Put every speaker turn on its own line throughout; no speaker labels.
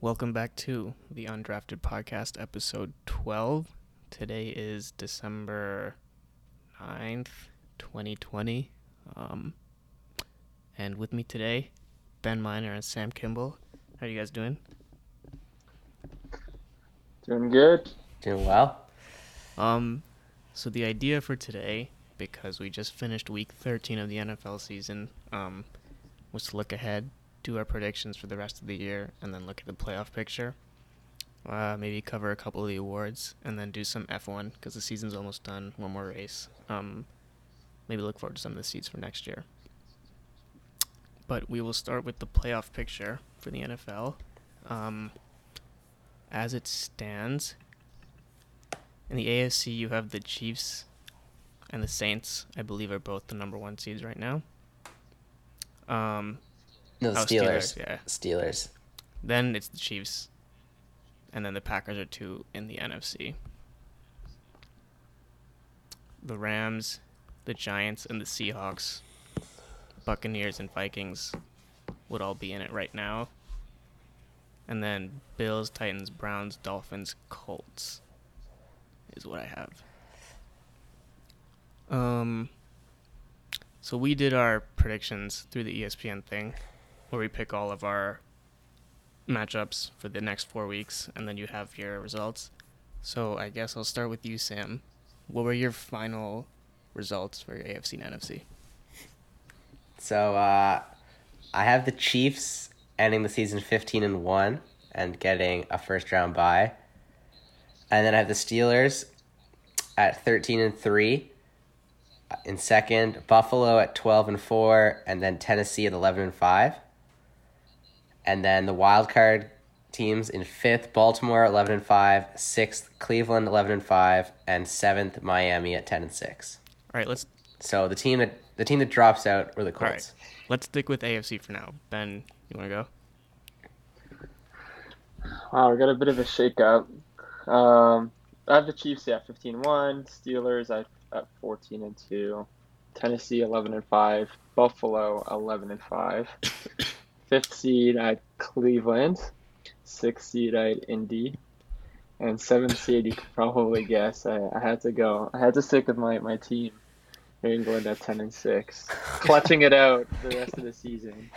Welcome back to the Undrafted Podcast, episode 12. Today is December 9th, 2020. Um, and with me today, Ben Miner and Sam Kimball. How are you guys doing?
Doing good.
Doing well.
Um, so the idea for today, because we just finished week 13 of the NFL season, um, was to look ahead, do our predictions for the rest of the year, and then look at the playoff picture. Uh, maybe cover a couple of the awards, and then do some F1 because the season's almost done. One more race. Um, maybe look forward to some of the seats for next year. But we will start with the playoff picture for the NFL. Um, as it stands, in the AFC, you have the Chiefs and the Saints. I believe are both the number one seeds right now. Um,
No, the
Oh,
Steelers.
Steelers, yeah.
Steelers.
then it's the Chiefs, and then the Packers are two in the NFC. The Rams, the Giants, and the Seahawks, Buccaneers, and Vikings would all be in it right now. And then Bills, Titans, Browns, Dolphins, Colts is what I have. Um, so we did our predictions through the E ESPN thing, where we pick all of our matchups for the next four weeks, and then you have your results. So I guess I'll start with you, Sam. What were your final results for your AFC and NFC?
So uh, I have the Chiefs ending the season fifteen and one and getting a first round bye, and then I have the Steelers at thirteen and three. uh, In second, Buffalo at twelve and four, and then Tennessee at eleven and five, and then the wild card teams in fifth, Baltimore at eleven and five, sixth, Cleveland eleven and five, and seventh, Miami at ten and six.
All right, let's
So the team that the team that drops out were the
all
Colts.
right, let's stick with AFC for now. Ben, you want to go?
Wow, we got a bit of a shakeup. Um, I have the Chiefs at 15 1, Steelers at, at 14 and 2, Tennessee 11 and 5, Buffalo 11 and 5, fifth seed at Cleveland, sixth seed at Indy, and seventh seed, you can probably guess. I, I had to go, I had to stick with my, my team, New England at 10 and 6, clutching it out the rest of the season.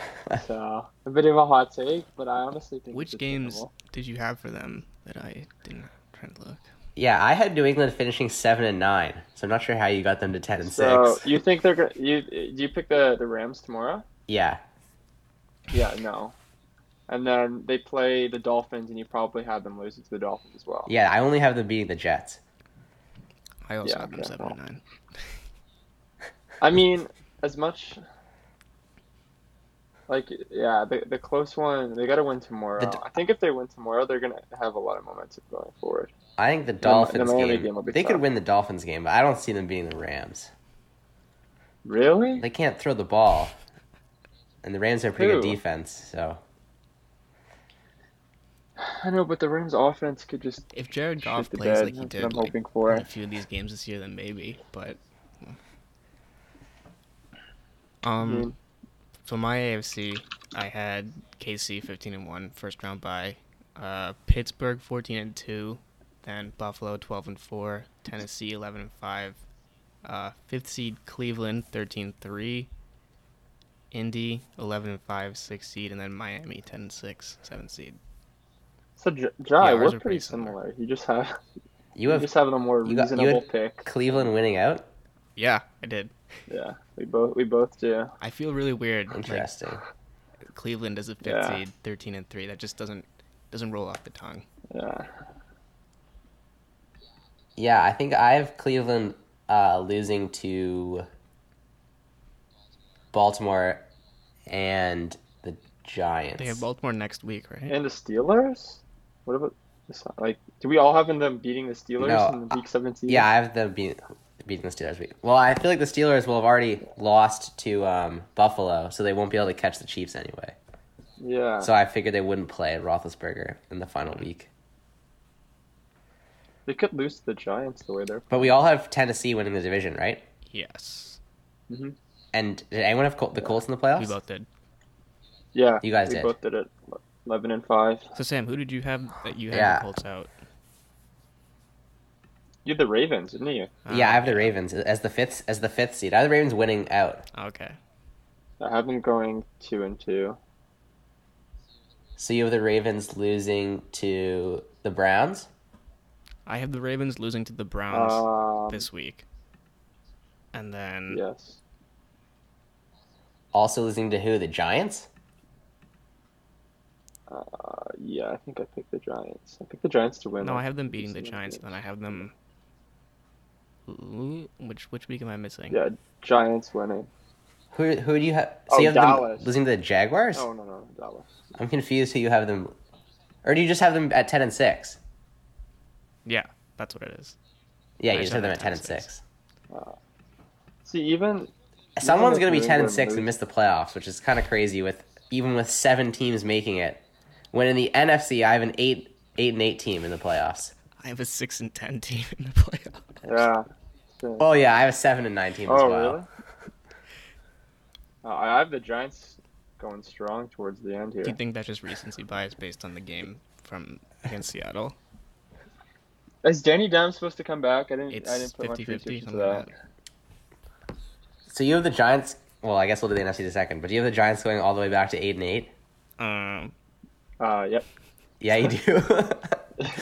So, a bit of a hot take, but I honestly think
Which
it's
games
attainable.
did you have for them that I didn't try to look?
Yeah, I had New England finishing seven and nine, so I'm not sure how you got them to ten and
So
six.
you think they're gonna you do you pick the the Rams tomorrow?
Yeah,
Yeah, no. And then they play the Dolphins, and you probably had them losing to the Dolphins as well.
yeah, I only have them beating the Jets.
I also
Yeah,
had them
okay,
seven
well.
and nine.
I mean, as much like yeah, the the close one they got to win tomorrow.
The-
I think if they win tomorrow, they're gonna have a lot of momentum going forward.
I think the
the
Dolphins
Miami
game,
game will be
they could
tough.
win the Dolphins game, but I don't see them beating the Rams.
Really?
They can't throw the ball, and the Rams have pretty good
Who?
defense. So
I know, but the Rams' offense could just
If Jared Goff
shit the
plays
bed.
like he
That's
did
what I'm
like,
hoping for.
in a few of these games this year, then maybe. But um,
mean-
for my AFC, I had KC 15 and one, first round bye. Uh, Pittsburgh 14 and two, then Buffalo 12 and four, Tennessee 11 and five, uh, fifth seed Cleveland 13 three. Indy 11 and 5, 6 seed, and then Miami 10 and 6, 7 seed.
So J- Jai,
Yeah, ours are
we're pretty,
pretty similar.
similar. You just have
you
you
have
just having a more
you got- you
reasonable
had-
pick.
Cleveland winning out.
Yeah, I did.
Yeah, we both we both do.
I feel really weird. Like,
Interesting.
Cleveland as a fifth
Yeah.
seed, thirteen and three. That just doesn't doesn't roll off the tongue.
Yeah.
Yeah, I think I have Cleveland uh, losing to Baltimore and the Giants.
They have Baltimore next week, right?
And the Steelers? What about this? Like, do we all have them beating the Steelers
No, uh,
in week 17?
Yeah, I have them beating beating the Steelers. week. Well, I feel like the Steelers will have already lost to um, Buffalo, so they won't be able to catch the Chiefs anyway.
Yeah.
So I figured they wouldn't play Roethlisberger in the final week.
they could lose to the Giants the way they're.
But we all have Tennessee winning the division, right?
Yes,
And did anyone have Col- the Colts in the playoffs?
we both did.
Yeah.
You guys
we
did.
both did it. eleven and five.
So Sam, who did you have that you had
Yeah.
the Colts out?
You had the Ravens, didn't you?
uh,
yeah, I have the Ravens as the fifth as the fifth seed. I have the Ravens winning out.
Uh, Okay.
I have them going two and two.
So you have the Ravens losing to the Browns.
I have the Ravens losing to the Browns
Um,
this week. And then
yes.
Also losing to who? The Giants.
Uh, yeah, I think I picked the Giants. I picked the Giants to win.
no, I
like,
have them beating the
recently.
Giants, and then I have them Ooh, which which week am I missing?
Yeah, Giants winning.
Who who do you have? So
Oh,
you have
Dallas.
them losing to the Jaguars.
Oh no no Dallas.
I'm confused. Who you have them? Or do you just have them at ten and six?
Yeah, that's what it is.
Yeah,
I
you just have them at ten and six.
See, even
Someone's
if
gonna be
New
ten and
England
six and
loses-
miss the playoffs, which is kind of crazy. With even with seven teams making it, when in the NFC I have an eight eight and eight team in the playoffs.
I have a six and ten team in the playoffs.
yeah. same.
Oh yeah, I have a seven and nine team as
Oh
well.
really? Uh, I have the Giants going strong towards the end here.
Do you think that's just recency bias based on the game from against Seattle?
Is Danny Dimes supposed to come back? I didn't. I
It's
didn't put much
50-50,
research into
something like
that.
that.
So you have the Giants. Well, I guess we'll do the NFC in a second. But do you have the Giants going all the way back to eight and eight?
Um,
Uh, yep.
Yeah, you do.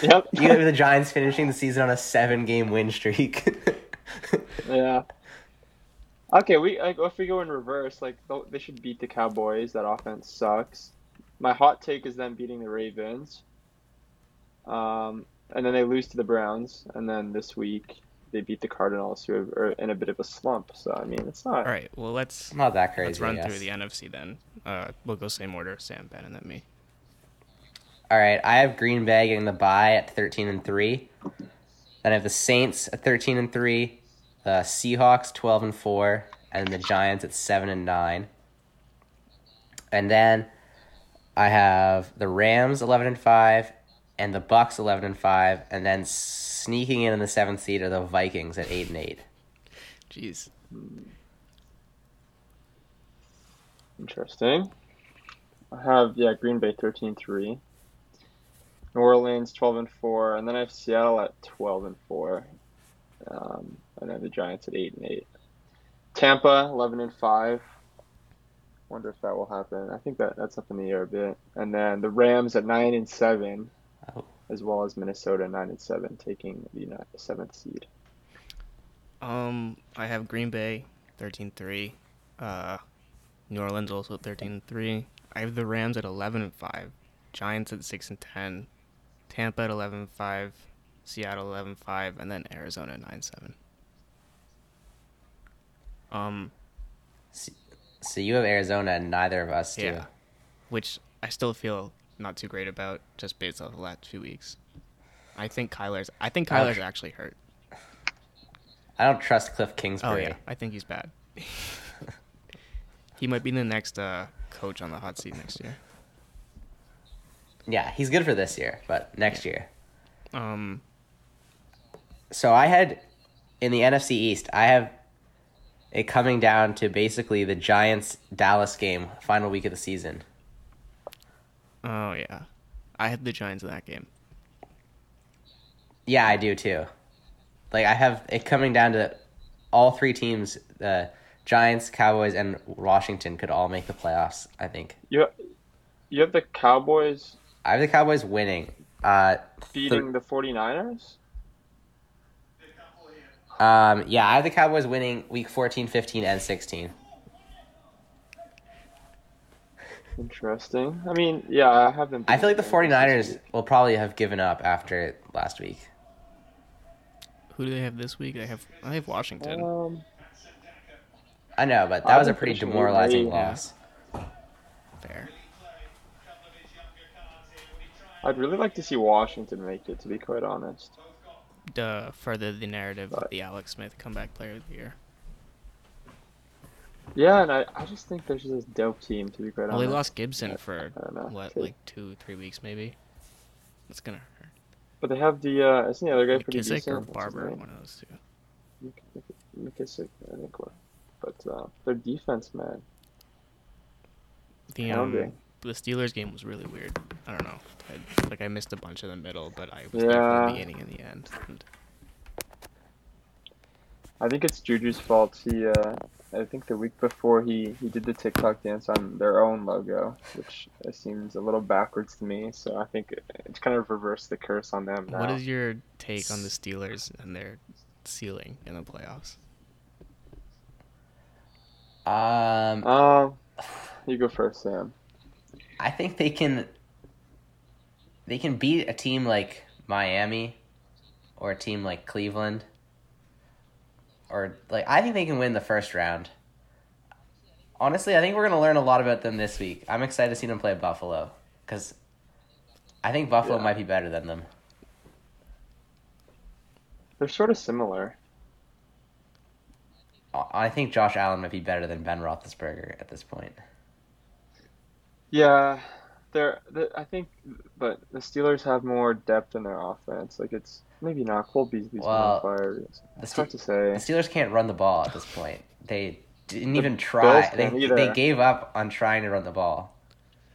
Yep.
you have the Giants finishing the season on a seven game win streak.
yeah. Okay, we like if we go in reverse, like th- they should beat the Cowboys. That offense sucks. My hot take is them beating the Ravens. Um, and then they lose to the Browns, and then this week they beat the Cardinals, who are in a bit of a slump. So I mean, it's not.
all right. Well, let's
Not that crazy.
let's run
I
through
guess.
the NFC then. Uh, we'll go same order: Sam, Ben, and then me.
All right, I have Green Bay getting the bye at thirteen and three. Then I have the Saints at thirteen and three, the Seahawks twelve and four, and the Giants at seven and nine. And then I have the Rams eleven and five, and the Bucks eleven and five, and then sneaking in in the seventh seed are the Vikings at eight and eight.
Jeez.
Interesting. I have yeah, Green Bay 13-3. New Orleans 12 and 4, and then I have Seattle at 12 and 4. Um, and I have the Giants at 8 and 8. Tampa 11 and 5. Wonder if that will happen. I think that that's up in the air a bit. And then the Rams at 9 and 7,
Oh.
as well as Minnesota 9 and 7 taking the ni- seventh seed.
Um, I have Green Bay 13-3. Uh, New Orleans also 13-3. I have the Rams at 11-5. Giants at 6 and 10. Tampa at 11-5. Seattle 11-5 and then Arizona 9-7. Um
So you have Arizona, and neither of us do.
yeah. Which I still feel not too great about just based off the last two weeks. I think Kyler's I think
Ouch.
Kyler's actually hurt.
I don't trust Cliff
Oh
Kingsbury.
yeah, I think he's bad. he might be the next uh, coach on the hot seat next year.
Yeah, he's good for this year, but next year.
Um,
So I had in the NFC East, I have it coming down to basically the Giants Dallas game, final week of the season.
oh yeah, I had the Giants in that game.
Yeah, I do too. Like I have it coming down to all three teams, the Giants, Cowboys, and Washington could all make the playoffs, I think.
You ha- you have the Cowboys
I have the Cowboys winning. Uh
beating the 49ers?
um yeah, I have the Cowboys winning week 14, 15, and 16.
Interesting. I mean, yeah, I have them.
I feel like the
beating
49ers will probably have given up after last week.
Who do they have this week? They have I have Washington.
Um,
I know, but
I
that was a
would
pretty
appreciate
demoralizing
it.
loss.
Fair.
I'd really like to see Washington make it, to be quite honest.
Duh, further the narrative of the Alex Smith comeback player of the year.
Yeah, and I, I just think they're just this dope team, to be quite
Well, they
honest.
lost Gibson for
I don't know.
what,
Too.
like two, three weeks maybe. That's gonna hurt.
But they have the uh, isn't the other guy pretty
McKissick
decent?
or
What's his
Barber,
name?
one of those two.
Mc- Mc- McKissick, I think. What? But uh, their defense, man.
The
Pounding.
um, the Steelers game was really weird. I don't know. I, like I missed a bunch in the middle, but I was there for
Yeah.
the beginning and the end. And
I think it's Juju's fault. He, uh, I think the week before he he did the TikTok dance on their own logo, which uh, seems a little backwards to me. So I think it- it's kind of reversed the curse on them now.
What is your take on the Steelers and their ceiling in the playoffs?
Um,
Um, you go first, Sam.
I think they can. They can beat a team like Miami, or a team like Cleveland, or like I think they can win the first round. Honestly, I think we're gonna learn a lot about them this week. I'm excited to see them play Buffalo because I think Buffalo
Yeah.
might be better than them.
They're sort of similar.
I I think Josh Allen might be better than Ben Roethlisberger at this point.
Yeah, they're, they I think, but the Steelers have more depth in their offense. Like it's maybe not Cole Beasley's
Well,
on fire. It's
The,
hard to
Ste- the
say.
Steelers can't run the ball at this point. They didn't
The
even try.
Bills
They,
can't either.
they gave up on trying to run the ball.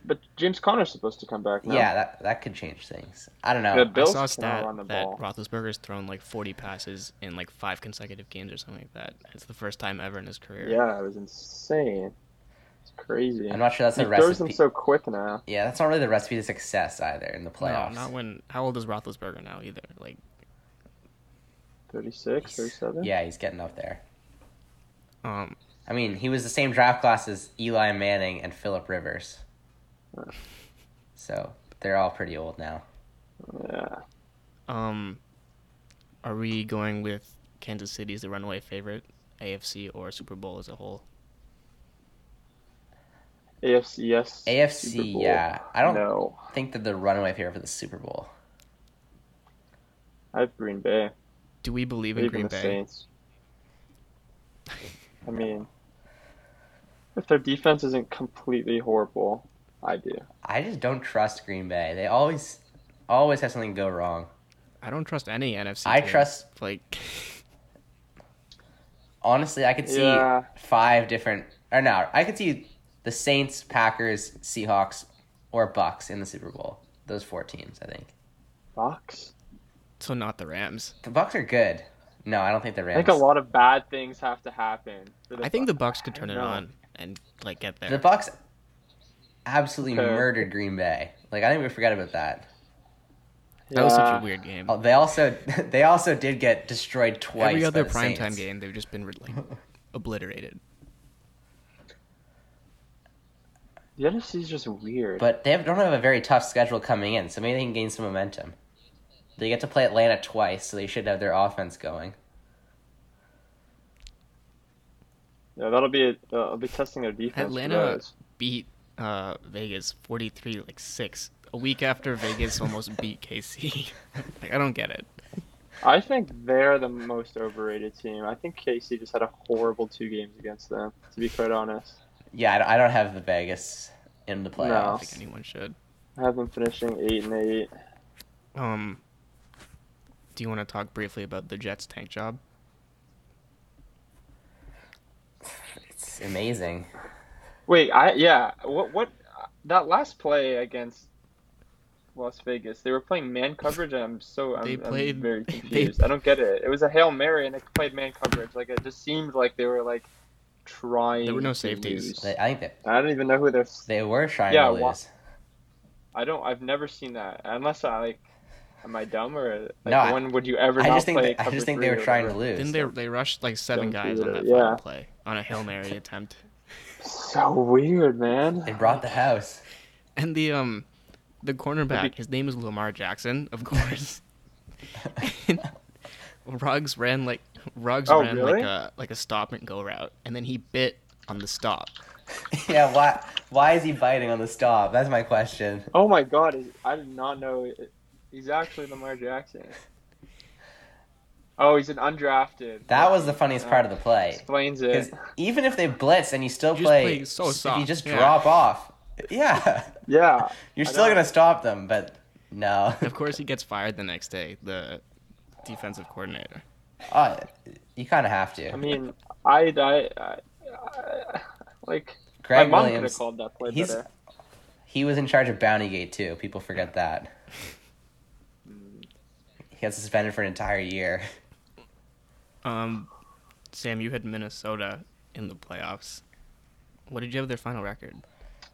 But James Conner's supposed to come back now.
Yeah, that that could change things. I don't know.
The Bills
I saw a
cannot
stat
run the
that
ball.
Roethlisberger's thrown like 40 passes in like five consecutive games or something like that. It's the first time ever in his career.
Yeah, it was insane. It's crazy.
I'm not sure that's
he
a
throws them
recipe.
so quick now.
yeah, that's not really the recipe to success either in the
No,
playoffs.
not when. How old is Roethlisberger now? Either like
36, 37?
yeah, he's getting up there.
um
I mean, he was the same draft class as Eli Manning and Philip Rivers. So they're all pretty old now.
Yeah.
um, are we going with Kansas City as the runaway favorite, AFC or Super Bowl as a whole?
AFC, yes.
AFC,
Super Bowl,
yeah. I don't
No.
think that the runaway favorite for the Super Bowl.
I have Green Bay.
Do we believe in Green
Even the
Bay?
Saints. I mean, if their defense isn't completely horrible, I do.
I just don't trust Green Bay. They always always have something go wrong.
I don't trust any NFC.
I
team.
trust-
like
Honestly, I could see
Yeah.
five different or no, I could see the Saints, Packers, Seahawks, or Bucks in the Super Bowl. Those four teams, I think.
Fox?
so not the Rams.
The Bucks are good. No, I don't think the
I
Rams.
think a lot of bad things have to happen. for
I think the
Bucs.
Bucks could turn it
No.
on and like get there.
The Bucks absolutely
Okay.
murdered Green Bay. Like I think we forgot about that.
That was such
Yeah.
a weird game.
Oh, They also they also did get destroyed twice.
Every
by
other
the
primetime
Saints.
game, they've just been like obliterated.
The NFC is just weird.
But they have, don't have a very tough schedule coming in, so maybe they can gain some momentum. They get to play Atlanta twice, so they should have their offense going.
yeah, that'll be it. Uh, I'll be testing their defense. for
Atlanta
those.
beat uh, Vegas forty three like six a week after Vegas almost beat KC. like I don't get it.
I think they're the most overrated team. I think KC just had a horrible two games against them, to be quite honest.
Yeah, I don't, I don't have the Vegas in the
I
playoffs.
don't think anyone should.
I have them finishing eight and eight.
Um, do you want to talk briefly about the Jets tank job?
It's amazing.
Wait, I yeah. What what? That last play against Las Vegas, they were playing man coverage, and I'm so I'm,
They
I'm
played-
very
they-
confused. I don't get it. It was a hail mary, and they played man coverage. Like it just seemed like they were like trying.
There were no
to
safeties.
lose.
They, I think that
I don't even know who they're.
they were trying
Yeah,
to lose.
wa- I don't. I've never seen that unless I like. Am I dumb or like,
No, I-
when would you ever?
I
not
just think
play
that, I
cover
just think
three
they were
or
trying to
whatever?
lose.
Didn't they they rushed like seven
Don't
guys
do
on that
that,
final
yeah.
play on a hail mary attempt,
So weird, man.
They brought the house.
and the um, the cornerback his name is Lamar Jackson, of course. And Ruggs ran like Ruggs
Oh,
ran
really?
like a like a stop and go route, and then he bit on the stop.
yeah, why why is he biting on the stop? That's my question.
Oh my god, is- I did not know it- he's actually Lamar Jackson. Oh, he's an undrafted.
That was the funniest part of the play.
Explains
Because
it.
even if they blitz and you still
You just
play,
play so
if you
soft,
just
yeah.
drop off, yeah,
Yeah.
you're
I
still
know.
gonna stop them. But no,
Of course, he gets fired the next day. The defensive coordinator.
Uh, you kind of have to.
I mean, I, I, I, I like
Greg
my mom could
Williams,
have called that play
he's
better.
He was in charge of Bounty Gate too. People forget that. He got suspended for an entire year.
Um, Sam, you had Minnesota in the playoffs. What did you have their final record?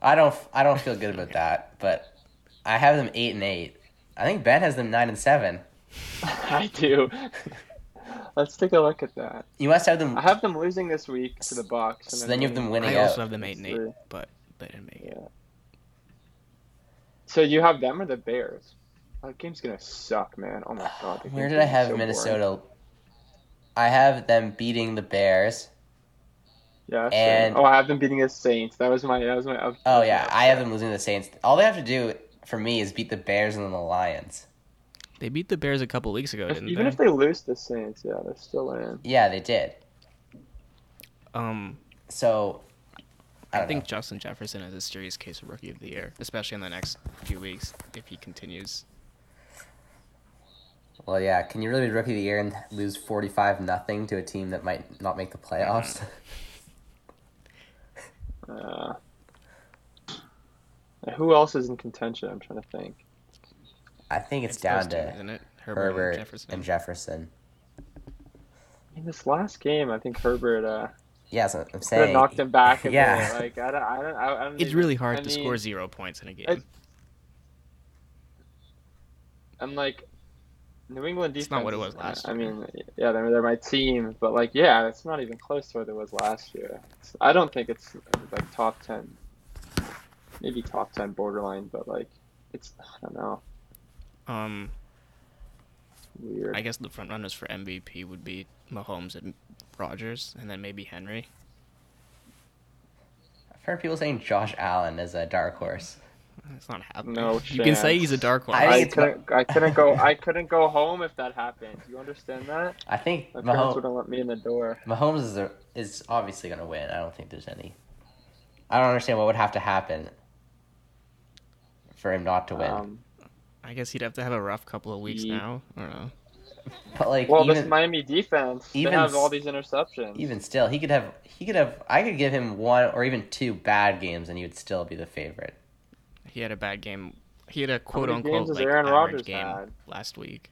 I don't. I don't feel good about that. But I have them eight and eight. I think Ben has them nine and seven.
I do. Let's take a look at that.
You must have them.
I have them losing this week to the Bucks.
So then you have them winning
I
out.
also have them eight and eight,
Three.
but they didn't make it.
So you have them or the Bears? That game's gonna suck, man. Oh my god. that
Where
game's gonna
did I
be
have
so boring.
Minnesota? I have them beating the Bears.
Yeah. same.
And-
oh, I have them beating the Saints. That was my. That was my. up-
Oh yeah, I have them losing to the Saints. All they have to do for me is beat the Bears and then the Lions.
They beat the Bears a couple weeks ago,
If-
didn't
even
they?
if they lose the Saints, yeah, they're still in.
Yeah, they did.
Um,
So I,
I,
don't
think Justin Jefferson is a serious case of rookie of the year, especially in the next few weeks if he continues.
know. Well, yeah. Can you really be rookie of the year and lose forty five nothing to a team that might not make the
Mm-hmm.
playoffs?
Uh, who else is in contention? I'm trying to think.
I think it's,
those
down
two,
to
isn't it? Herbert, and
Herbert
Jefferson.
and Jefferson.
In this last game, I think Herbert uh,
Yes, yeah, so I'm
could have
saying.
knocked him back. A
Yeah.
Bit. Like I don't. I don't. I don't
it's
even-
really hard
I
to
mean,
score zero points in a game.
it's- I'm like, New England defense.
It's not what it
is-
was last
I
year.
mean, yeah, they're, they're my team, but like, yeah, it's not even close to what it was last year. It's- I don't think it's like top ten, maybe top ten borderline, but like, it's I don't know,
um,
weird.
I guess the front runners for MVP would be Mahomes and Rogers, and then maybe Henry.
I've heard people saying Josh Allen is a dark horse.
It's not happening.
No
you can say
chance.
he's a dark horse.
I
I,
think it's
couldn't. I couldn't go. I couldn't go home if that happened. You understand that?
I think
My
Mahomes.
parents wouldn't let me in the door.
Mahomes is a, is obviously going to win. I don't think there's any. I don't understand what would have to happen for him not to win.
Um,
I guess he'd have to have a rough couple of weeks
Ye-
now. I don't know.
but like
well, this
even
Miami defense.
even
they have all
s-
these interceptions.
even still, he could have he could have I could give him one or even two bad games and he would still be the favorite.
He had a bad game. He had a
How
quote
many
unquote
games has
like
Aaron
average
Rodgers
game
had?
last week.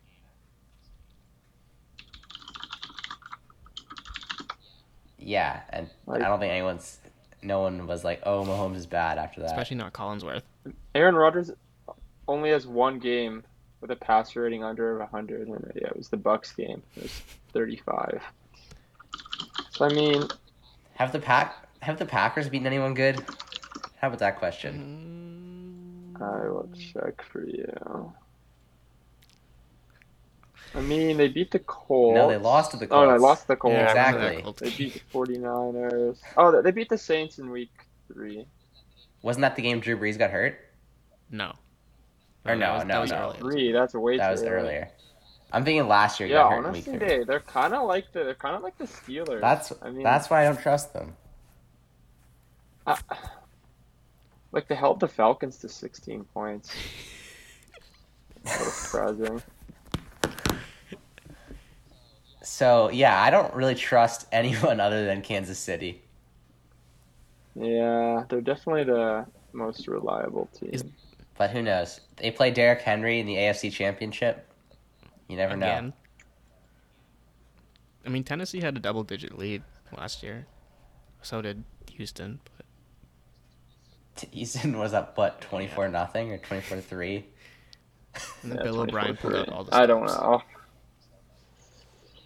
Yeah, and
Like-
I don't think anyone's no one was like, "Oh, Mahomes is bad" after that.
Especially not Collinsworth.
Aaron Rodgers only has one game with a passer rating under 100, and yeah, it was the Bucks game. It was 35. So I mean,
Have the pack have the Packers beaten anyone good? How about that question?
I will check for you. I mean, they beat the Colts.
No, they lost to the Colts.
Oh, they lost to the Colts.
Yeah, I remember that
Exactly.
Colts
They
game.
beat the 49ers. Oh, they- they beat the Saints in week three.
Wasn't that the game Drew Brees got hurt?
No.
Or no,
that was,
no,
that was
no.
early.
Three, that's way
That
too
was
early.
earlier. I'm thinking last year. he
Yeah,
got hurt in
honestly,
week three.
they, they're kind of like the they're kind of like the Steelers.
That's
I mean,
that's why I don't trust them.
Uh, like they held the Falcons to 16 points. That was surprising.
So yeah, I don't really trust anyone other than Kansas City.
Yeah, they're definitely the most reliable team.
Is-
But who knows? They play Derrick Henry in the AFC Championship. You never know.
Again. I mean, Tennessee had a double digit lead last year. So did Houston. But
T- Houston was up what twenty four nothing or twenty four three.
and then
Yeah,
Bill O'Brien pulled
24-3.
out all the
I don't
stops.
Uh,
know.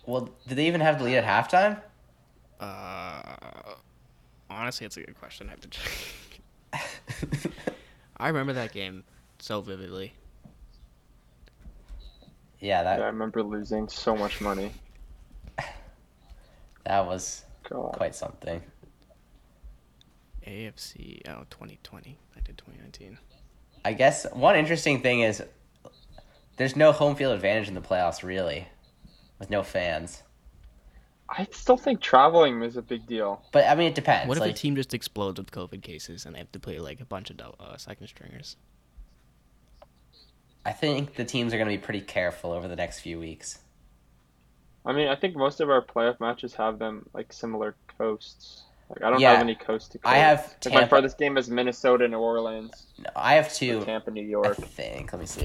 Well, did they even have the lead at halftime?
Uh, honestly, it's a good question. I have to check. I remember that game so vividly.
yeah, that
Yeah, I remember losing so much money.
that was
God.
quite something.
AFC, oh, 2020. I did 2019.
I guess one interesting thing is there's no home field advantage in the playoffs really, with no fans.
I still think traveling is a big deal.
But I mean, it depends.
What if
like,
the team just explodes with COVID cases and they have to play like a bunch of dou- uh, second stringers?
I think the teams are going to be pretty careful over the next few weeks.
I mean, I think most of our playoff matches have them like similar coasts. Like I don't
Yeah.
have any coast to coast.
I have
Like, my
Tampa-
farthest game is Minnesota, New Orleans,
No, I have
or
two.
Tampa, New
I
York.
think. Let me see.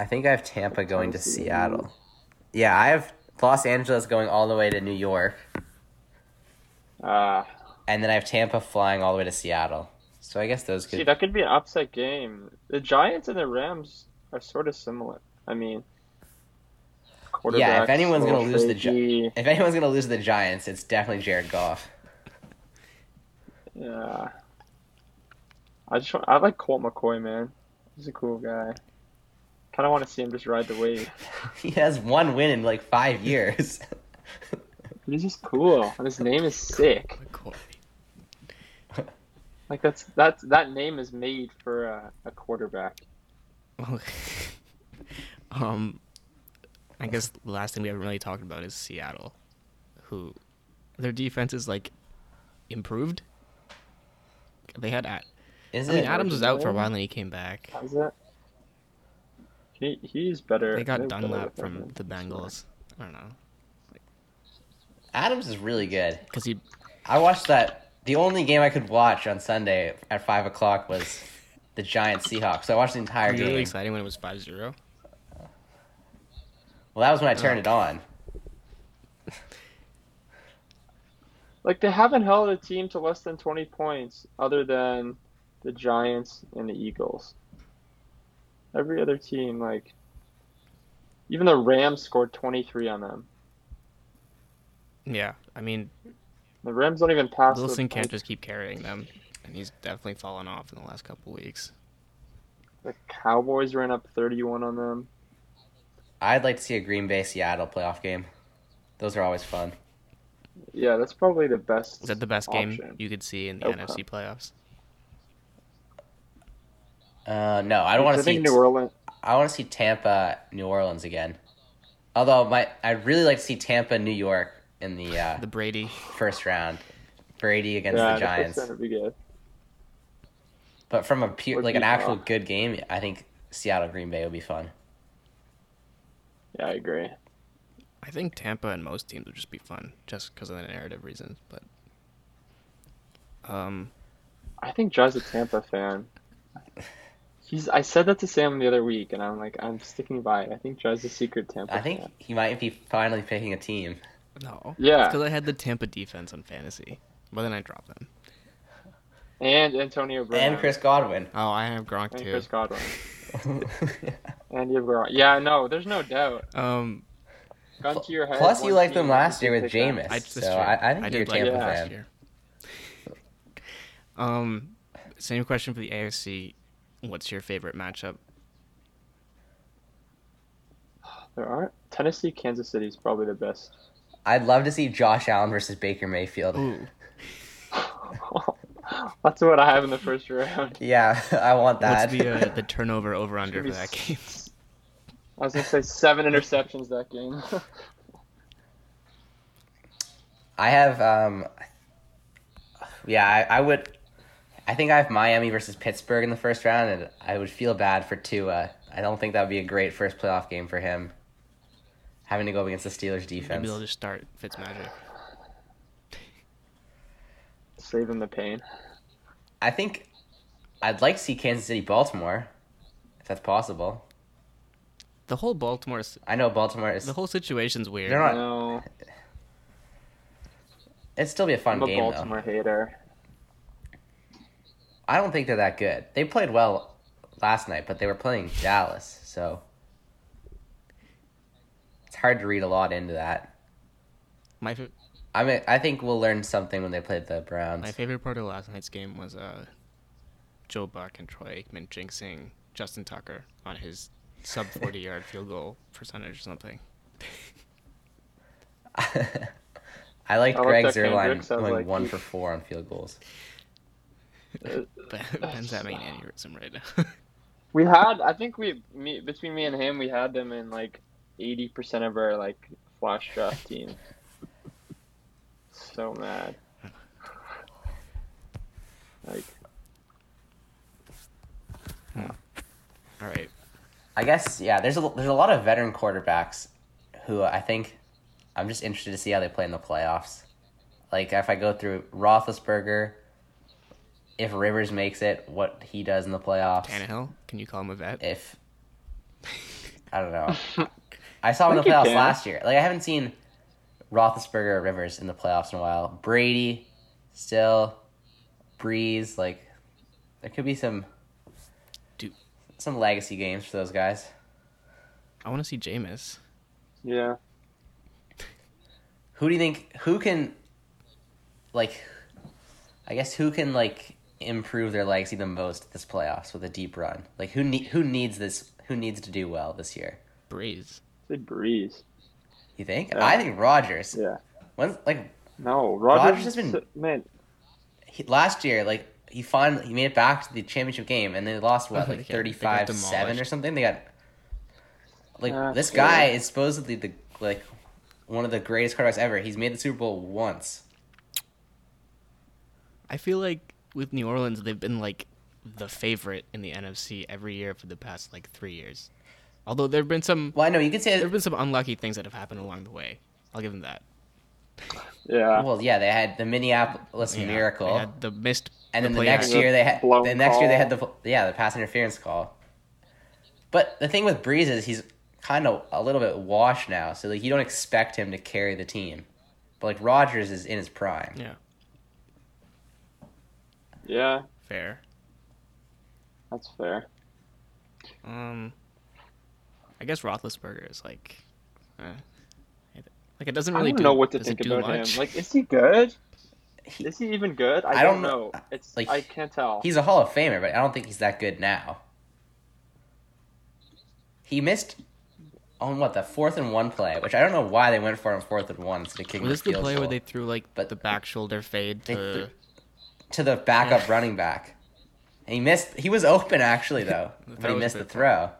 I think I have Tampa going to Seattle. Yeah, I have Los Angeles going all the way to New York,
Ah,
and then I have Tampa flying all the way to Seattle. So I guess those
see,
could.
that could be an upset game. The Giants and the Rams are sort of similar. I mean,
Yeah, if
quarterback's
anyone's
a
gonna
little
lose the Gi-
shaky.
If anyone's gonna lose to the Giants, it's definitely Jared Goff.
yeah. I just want, I like Colt McCoy, man. He's a cool guy. Kind of want to see him just ride the wave.
He has one win in like five years.
He's just cool. And his name is sick.
McCoy.
Like that's that's that name is made for a, a quarterback.
Well, um, I guess the last thing we haven't really talked about is Seattle, who their defense is like improved. They had at
Is
I mean
it?
Adams was
Jordan
out for a
Love?
while and then he came back.
Is that? He he's better.
They got
they're better
Dunlap
with him
from
than
the
Pittsburgh.
Bengals. I don't know
Adams is really good.
because he
I watched that. The only game I could watch on Sunday at five o'clock was the Giants Seahawks. So I watched the entire
it was really
game.
exciting when it was 5-0.
Well, that was when I
Oh.
turned it on.
Like they haven't held a team to less than twenty points, other than the Giants and the Eagles. Every other team, like even the Rams, scored twenty three on them.
Yeah, I mean
The Rams don't even pass. the-
Wilson can't just keep carrying them, and he's definitely fallen off in the last couple weeks.
The Cowboys ran up thirty one on them.
I'd like to see a Green Bay Seattle playoff game. Those are always fun.
Yeah, that's probably the best.
Is that the best game
option.
you could see in the
Okay.
NFC playoffs?
Uh, no, I don't want to see.
think New Orleans.
I want to see Tampa, New Orleans again. Although my, I'd really like to see Tampa, New York in the, uh,
The Brady
first round. Brady against
Yeah,
the Giants.
That's gonna be good.
But from a pure,
Would
like an
be
actual
tough.
good game, I think Seattle Green Bay would be fun.
Yeah, I agree.
I think Tampa and most teams would just be fun, just because of the narrative reasons. But um,
I think Jai's a Tampa fan. He's. I said that to Sam the other week, and I'm like, I'm sticking by it. I think Jai's a secret Tampa.
I think
fan.
he might be finally picking a team.
no,
Yeah.
because I had the Tampa defense on fantasy, but then I dropped them.
And Antonio Brown.
And Chris Godwin.
Oh, I have Gronk
And
too.
Chris Godwin. And you Brown. Yeah, no, there's no doubt.
Um,
Gun to your head.
Plus, you
one
liked them
team,
last
you
year with
pick them.
Jameis.
I
so
that's true.
I, I think you're a
did like
Tampa
them last
fan.
year. Um, same question for the AFC. What's your favorite matchup?
There are Tennessee, Kansas City is probably the best.
I'd love to see Josh Allen versus Baker Mayfield.
Ooh,
That's what I have in the first round.
Yeah, I want that.
what's the uh, the turnover over under for
Should we
that
s-
game?
I was gonna say seven interceptions that game.
I have, um, yeah, I, I would. I think I have Miami versus Pittsburgh in the first round, and I would feel bad for Tua. I don't think that would be a great first playoff game for him, having to go up against the Steelers
Maybe
defense.
they'll just start Fitzmagic.
Save him the pain.
I think I'd like to see Kansas City Baltimore, if that's possible.
The whole Baltimore, s-
I know Baltimore is.
the whole situation's weird.
They're not-
No,
It'd still be a fun
I'm a
game though.
Baltimore hater.
I don't think they're that good. They played well last night, but they were playing Dallas, so it's hard to read a lot into that.
My fa-
I mean, I think we'll learn something when they play the
My
Browns.
favorite part of last night's game was uh, Joe Buck and Troy Aikman jinxing Justin Tucker on his sub 40 yard field goal percentage or something.
I like
I like
Greg
that Kendrick,
Zerline
sounds
going
like
one
he-
for four on field goals.
Ben, Ben's having an aneurysm right now.
We had, I think we, me, between me and him, we had them in like eighty percent of our like flash draft team. So mad. Like,
All right.
I guess yeah. There's a there's a lot of veteran quarterbacks who I think I'm just interested to see how they play in the playoffs. Like if I go through Roethlisberger, if Rivers makes it, what he does in the playoffs.
Tannehill, can you call him a vet?
If I don't know, I saw him in the
think you
playoffs
can.
last year. Like I haven't seen Roethlisberger or Rivers in the playoffs in a while. Brady, still, Breeze. Like there could be some,
Dude.
some legacy games for those guys.
I want to see Jameis.
Yeah.
Who do you think? Who can, like, I guess who can like improve their legacy the most this playoffs with a deep run? Like who ne- who needs this? Who needs to do well this year?
Breeze.
Say Breeze.
You think?
Yeah.
I think Rogers.
Yeah.
When's like
No,
Rodgers
Rogers
has been-
man.
he, last year? Like he finally he made it back to the championship game, and they lost what
Oh,
like
yeah, they
thirty
got
five seven or
demolished.
something. They got like
Ah,
this
yeah.
guy is supposedly the like one of the greatest quarterbacks ever. He's made the Super Bowl once.
I feel like with New Orleans, they've been like the favorite in the NFC every year for the past like three years. Although there have been some
Well, I know you could say
there have been some unlucky things that have happened along the way. I'll give them that.
Yeah.
Well, yeah, they had the Minneapolis
Yeah,
miracle,
they had the missed.
and then the
playoff.
next year they had
Blown
the next year they
call.
had the yeah the pass interference call. But the thing with Breeze is he's kind of a little bit washed now, so like you don't expect him to carry the team. But like Rogers is in his prime.
Yeah,
Yeah.
fair.
That's fair.
Um, I guess Roethlisberger is like, eh. like it doesn't
I
really
don't
do,
know what to
does it
think
do
about
much?
him. Like, is he good?
He-
is he even good? I,
I
don't
don't
know.
know.
It's
Like,
I can't tell.
He's a Hall of Famer, but I don't think he's that good now. He missed on what the fourth and one play, which I don't know why they went for on fourth and one instead of kicking
was this
the
the
field
play
goal
where they threw like
But-
the back shoulder fade
They
to?
threw- to the backup running back. And he missed. He was open actually though,
The
but
throw
he
was
missed the
good.
throw.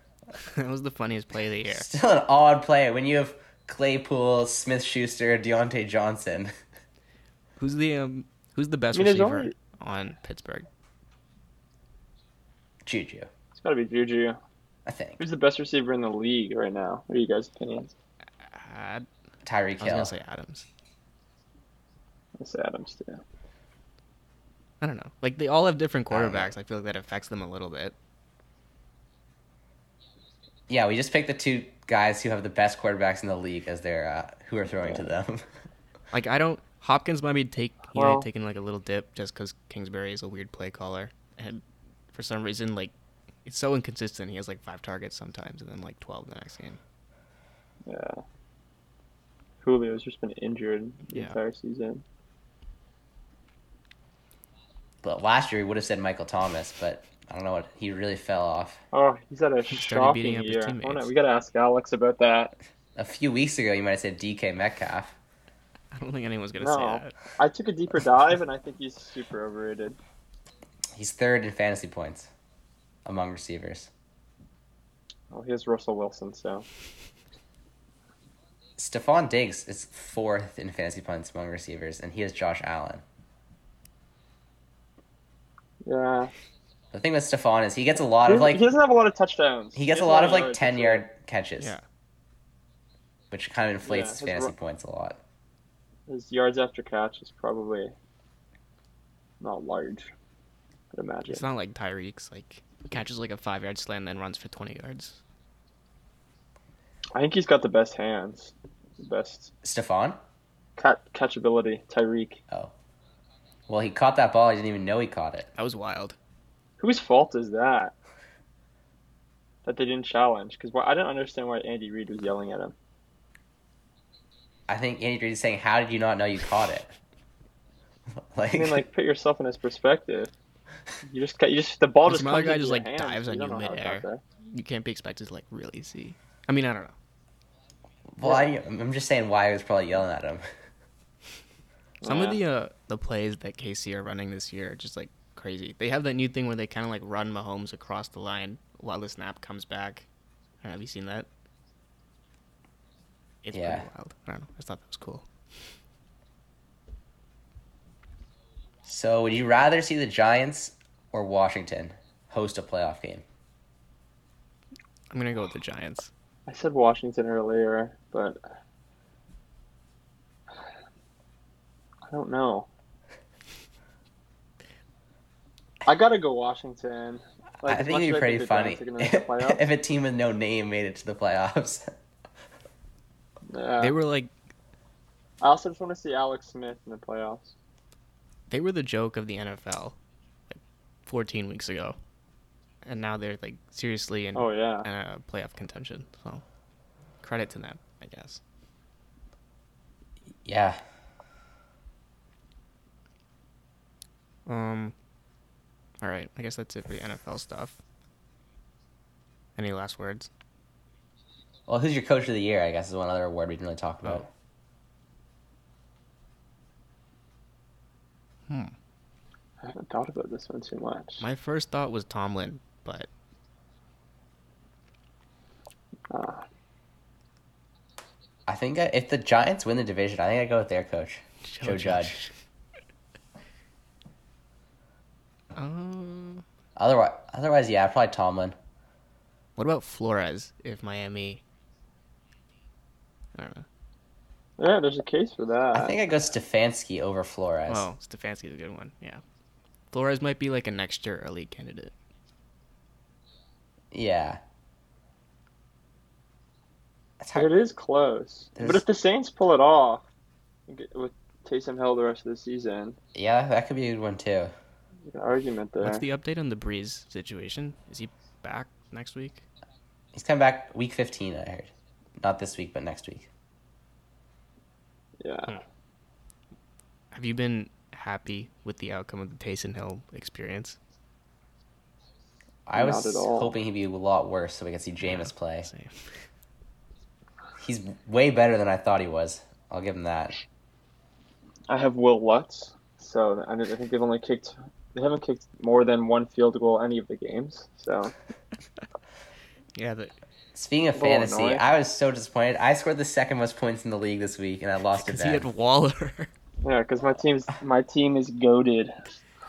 that was the funniest play of the year.
Still an odd play when you have Claypool, Smith Schuster, Deontay Johnson.
Who's the um? Who's the best
I mean, there's
receiver
only-
on Pittsburgh?
Juju,
it's gotta be Juju.
I think.
Who's the best receiver in the league right now? What are you guys' opinions?
Ad- I
Tyreek
was
Hill.
gonna say Adams.
I say Adams too.
I don't know. Like they all have different
I don't know.
quarterbacks. I feel like that affects them a little bit.
Yeah, we just picked the two guys who have the best quarterbacks in the league as their uh, who are throwing to them.
Like I don't. Hopkins might be take he
Well-
might taking like a little dip just because Kingsbury is a weird play caller, and for some reason like it's so inconsistent. He has like five targets sometimes and then like twelve the next game.
Yeah. Julio's just been injured the
Yeah.
entire season.
but last year we would have said Michael Thomas, but I don't know what he really fell off.
Oh, he's had a
started beating
shocking
up his
year. Oh, no,
teammates.
we gotta ask Alex about that.
A few weeks ago, you might have said DK Metcalf.
I don't think anyone's gonna
No.
say that.
I took a deeper dive, and I think he's super overrated.
He's third in fantasy points among receivers.
Well, he has Russell Wilson, so
Stephon Diggs is fourth in fantasy points among receivers, and he has Josh Allen.
yeah.
The thing with Stephon is he gets a lot of like
he doesn't have a lot of touchdowns.
he gets
has
a lot of like
yards,
ten
that's
yard catches,
Yeah,
which kind of inflates
Yeah,
his
his
fantasy
ru-
points a lot.
it. His yards after catch is probably not large. I'd imagine.
it's not like Tyreek's like catches like a five yard slant and then runs for twenty yards.
I think he's got the best hands, the best
Stephon?
cat catchability. Tyreek.
Oh, well, he caught that ball. He didn't even know he caught it.
That was wild.
Whose fault is that? That they didn't challenge? Because I didn't understand why Andy Reid was yelling at him.
I think Andy Reid is saying, "How did you not know you caught it?" like,
I mean, like, put yourself in his perspective. You just, ca- you just, the ball
This
just
Malaga
comes
just,
into your
like,
hands.
dives on
don't
you
know how it got
midair.
there.
You can't be expected to like really see. I mean, I don't know.
well, I, I'm just saying why he was probably yelling at him.
Some of
Yeah.
the uh, the plays that KC are running this year are just like crazy. They have that new thing where they kind of like run Mahomes across the line while the snap comes back. I don't know, have you seen that? It's
Yeah.
pretty wild. I don't know. I just thought that was cool.
So, would you rather see the Giants or Washington host a playoff game?
I'm gonna go with the Giants.
I said Washington earlier, but I don't know. I gotta go Washington. Like,
I
as
think
much
it'd
as
be pretty
think
funny
the Giants are gonna make the
if a team with no name made it to the playoffs.
playoffs.
They
Yeah.
were like
I also just want to see Alex Smith in the playoffs.
they were the joke of the NFL like 14 weeks ago, and now they're like seriously in
Oh yeah.
uh, playoff contention. So credit to them, I guess.
yeah.
Um, all right, I guess that's it for the NFL stuff. Any last words?
Well, who's your coach of the year? I guess is one other award we didn't really talk about.
I haven't thought about this one too much.
My first thought was Tomlin, but
Ah,
I think I, if the Giants win the division, I think I go with their coach, Joe, Judge.
Um,
Otherwise, otherwise, yeah, probably Tomlin.
what about Flores if Miami? I don't know.
yeah, there's a case for that.
I think I go Stefanski over Flores.
Oh, Stefanski's a good one. Yeah, Flores might be like a next year early candidate.
Yeah. That's
It
hard.
is close. But
There's-
if the Saints pull it off and get- with Taysom Hill the rest of the season,
Yeah, that could be a good one too.
you got an argument there.
What's the update on the Breeze situation? Is he back next week?
He's coming back week 15, I heard. Not this week, but next week.
Hmm.
yeah.
Have you been happy with the outcome of the Taysom Hill experience?
I
Not
was
at all.
hoping he'd be a lot worse so we could see Jameis play.
Same.
He's way better than I thought he was. I'll give him that.
I have Will Lutz, so I don't- I think they've only kicked they haven't kicked more than one field goal any of the games. So
Yeah, the,
Speaking of
A little
fantasy,
annoying.
I was so disappointed. I scored the second most points in the league this week, and I lost it
because he had
bad.
Waller.
yeah, because my team's my team is goaded.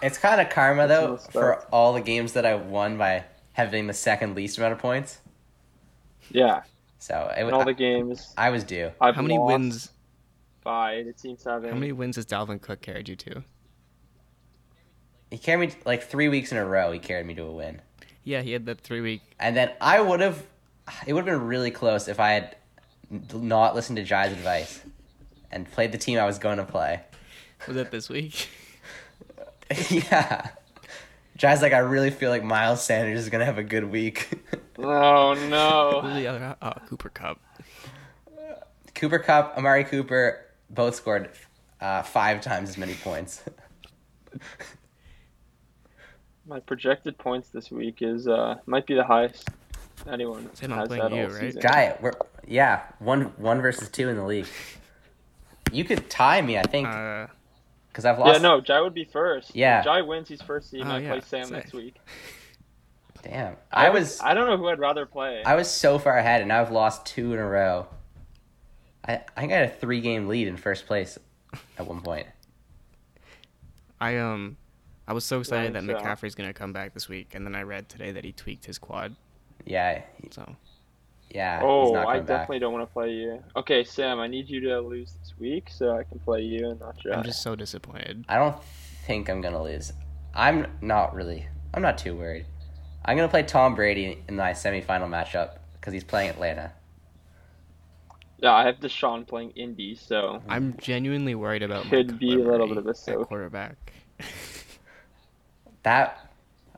It's kind of karma
That's
though
messed up.
for all the games that I won by having the second least amount of points.
Yeah,
So it,
in all the
was
games
I, I was due.
I've
How many
lost
wins?
by the team seven.
How many wins has Dalvin Cook carried you to?
He carried me like three weeks in a row. He carried me to a win,
Yeah, he had that three week.
and then I would have. It would have been really close if I had n- not listened to Jai's advice and played the team I was going to play.
Was that this week?
yeah, Jai's like, I really feel like Miles Sanders is gonna have a good week.
Oh
Who
no.
the other? Oh, Cooper Cup.
Cooper Cup, Amari Cooper both scored uh, five times as many points.
My projected points this week is uh might be the highest anyone
Said I'm
has
playing
that
you,
all
right?
season.
Guy, we're yeah, one one versus two in the league. You could tie me, I think,
Uh,
because I've
Yeah,
lost.
no, Jai would be first.
Yeah.
If Jai wins, he's first seed. and
Oh,
I
yeah,
play Sam
sick.
next week.
Damn, I
would-
was
I don't know who I'd rather play.
I was so far ahead, and I've lost two in a row. I I got a three game lead in first place at one point.
I um, I was so excited that
Ryan Trout.
McCaffrey's gonna come back this week, and then I read today that he tweaked his quad.
Yeah,
So
yeah.
Oh,
he's not
I
coming back.
definitely don't want to play you. Okay, Sam, I need you to lose this week so I can play you and not Jai.
I'm just so disappointed.
I don't think I'm gonna lose. I'm not really. I'm not too worried. I'm gonna play Tom Brady in my semifinal matchup because he's playing Atlanta.
Yeah, I have Deshaun playing Indy, so
I'm genuinely worried about.
Could
Mike
be a little
Liberatore
bit of a
at
soak.
quarterback.
That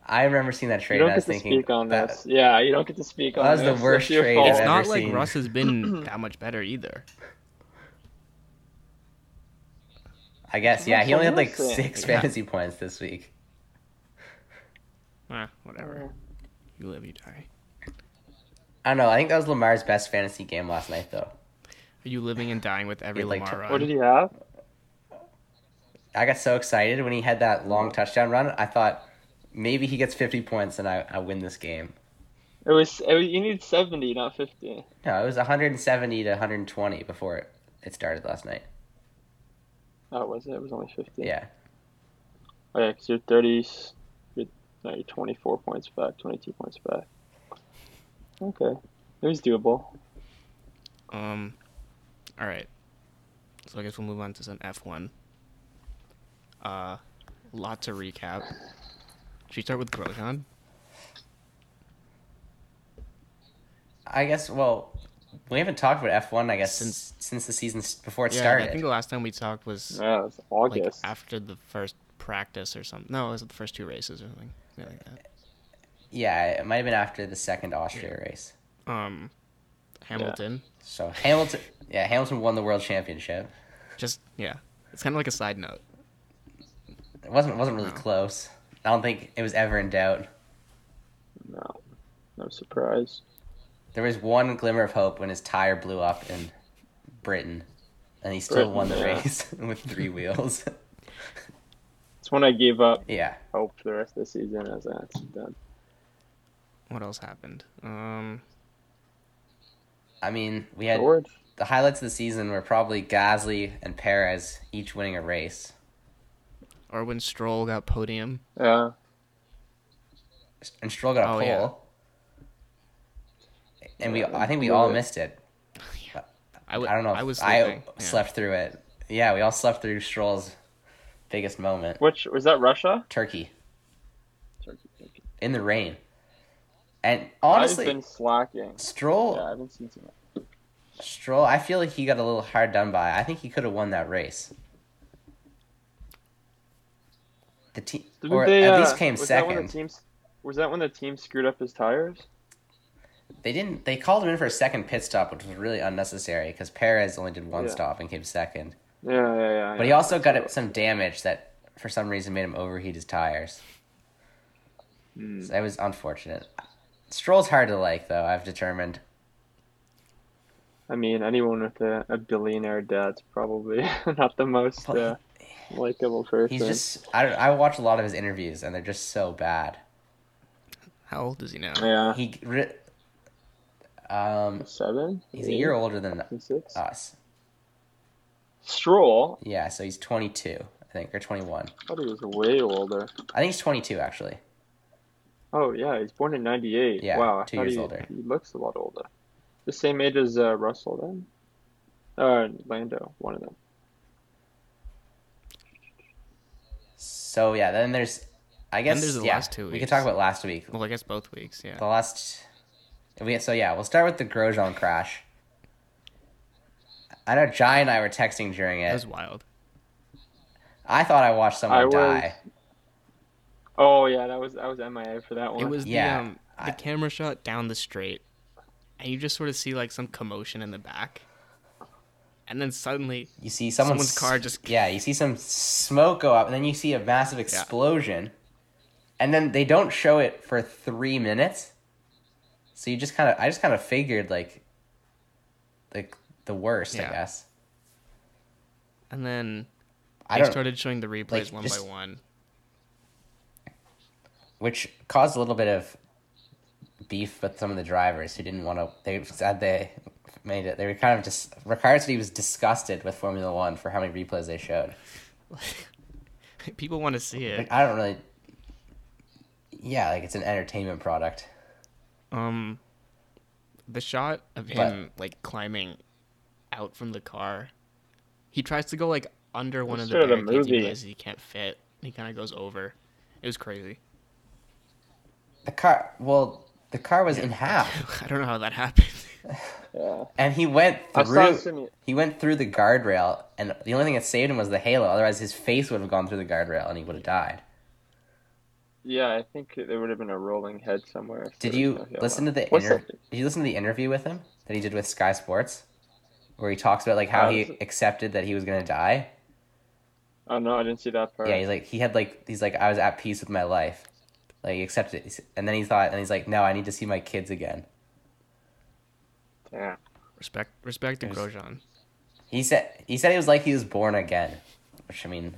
I remember seeing that trade.
you don't
and I
get
was
to
thinking
speak on
that-
this. Yeah, you don't get to speak on
That was
this.
the worst
That's your
trade
fault.
It's
I've
not
ever
like
seen.
Russ has been that much better either.
I guess yeah. He only had like
Wilson.
six
Yeah.
fantasy points this week.
Ah, whatever. You live, you die.
I don't know. I think that was Lamar's best fantasy game last night though.
Are you living and dying with every
You'd like
Lamar
to-
run?
What did he have?
I got so excited when he had that long touchdown run. I thought maybe he gets fifty points and I, I win this game.
It was, it was you need seventy, not fifty.
No, it was 170 to 120 before it, it started last night.
Oh, was it? It was only fifty.
Yeah.
Oh, yeah, 'cause you're thirties. You're, no, you're twenty-four points back, twenty-two points back. Okay, it was doable.
Um, all right. So I guess we'll move on to some F1. Uh, lot to recap. Should we start with Grosjean?
I guess. Well, we haven't talked about F one. I guess since
Since-
since the season s- before it
Yeah,
started.
I think the last time we talked was
Yeah, it's
like
August.
after the first practice or something. No, it was the first two races or something. Yeah, like that.
yeah, it might have been after the second Austria race.
Um, Hamilton.
So Hamilton. yeah, Hamilton won the world championship.
Just yeah. It's kind of like a side note.
It wasn't wasn't really close. I don't think it was ever in doubt.
no, no surprise.
There was one glimmer of hope when his tire blew up in Britain, and he still
Britain,
won the
yeah.
race with three wheels.
It's when I gave up
yeah,
hope for the rest of the season. As that's done.
What else happened? Um,
I mean, we had
George,
the highlights of the season were probably Gasly and Perez each winning a race.
or when Stroll got podium.
yeah,
and Stroll got a
Oh,
pole.
yeah.
And we,
Yeah,
I think we
blew
all
it.
missed it.
I w-
I don't know.
I was.
I
Sleeping. yeah.
slept through it. Yeah, we all slept through Stroll's biggest moment,
which was that Russia?
Turkey,
Turkey, Turkey.
in the rain. And
I've
honestly,
been slacking.
Stroll,
Yeah, I haven't seen too much.
Stroll, I feel like he got a little hard done by. I think he could have won that race. The team,
Didn't
or
they,
at
uh,
least came
was That when
second.
the teams, was that when the team screwed up his tires?
They didn't. They called him in for a second pit stop, which was really unnecessary because Perez only did one
Yeah.
stop and came second.
Yeah, yeah, yeah.
But he
yeah.
also got some damage that for some reason made him overheat his tires.
Hmm.
So that was unfortunate. Stroll's hard to like, though, I've determined.
I mean, anyone with a, a billionaire dad's probably not the most uh,
Well,
likable person.
He's just. I, don't, I watch a lot of his interviews, and they're just so bad.
How old is he now?
yeah,
He. re- Um,
seven.
he's a year Uh, older than
eight, six.
us.
Stroll,
Yeah, so he's 22, I think, or 21.
I thought he was way older.
I think he's 22, actually.
Oh yeah, he's born in '98.
Yeah,
wow, I
two
thought
years
he,
older.
He looks a lot older. The same age as uh, Russell then. Uh, Lando, one of them.
So, yeah, then there's. I guess.
there's the
yeah,
last two
We could
weeks.
talk about last week.
Well, I guess both weeks. Yeah.
The last, we so yeah, we'll start with the Grosjean crash. I know Jai and I were texting during
That
it.
was wild.
I thought I watched someone
I was-
die.
Oh yeah, that was I was MIA for that one.
It was
Yeah,
the um, the
I-
camera shot down the straight, and you just sort of see like some commotion in the back, and then suddenly
You see someone's,
Someone's car just-
yeah. You see some smoke go up, and then you see a massive explosion, and then they don't show it for three minutes. So you just kind of, I just kind of figured like, like the worst, I
Yeah.
guess.
and then
I
they
don't,
started showing the replays
like,
one
just-
by one.
which caused a little bit of beef with some of the drivers who didn't want to. They said they made it. They were kind of just. Ricard said he was disgusted with Formula One for how many replays they showed.
People want to see it.
Like, I don't really. Yeah, like it's an entertainment product.
Um, the shot of him like climbing out from the car, he tries to go like under one of the
sort of the
barricades. he
movie.
realizes he can't fit. He kind of goes over. It was crazy.
The car. Well, the car was in half,
I don't know how that happened.
Yeah.
and he went
I saw
through.
some-
He went through the guardrail, and the only thing that saved him was the halo. Otherwise, his face would have gone through the guardrail, and he would have died.
Yeah, I think there would have been a rolling head somewhere. if
Did
there was
you
no hill
listen to
on.
the
What's
inter-
that?
Did you listen to the interview with him that he did with Sky Sports, where he talks about like how
Uh,
he
this is-
accepted that he was gonna die?
Oh no, I didn't see that part.
Yeah, he's like he had like he's like I was at peace with my life, like he accepted, it. and then he thought, and he's like, no, I need to see my kids again.
Yeah.
respect, respect to
There's-
Grosjean.
He said he said it was like he was born again, which I mean,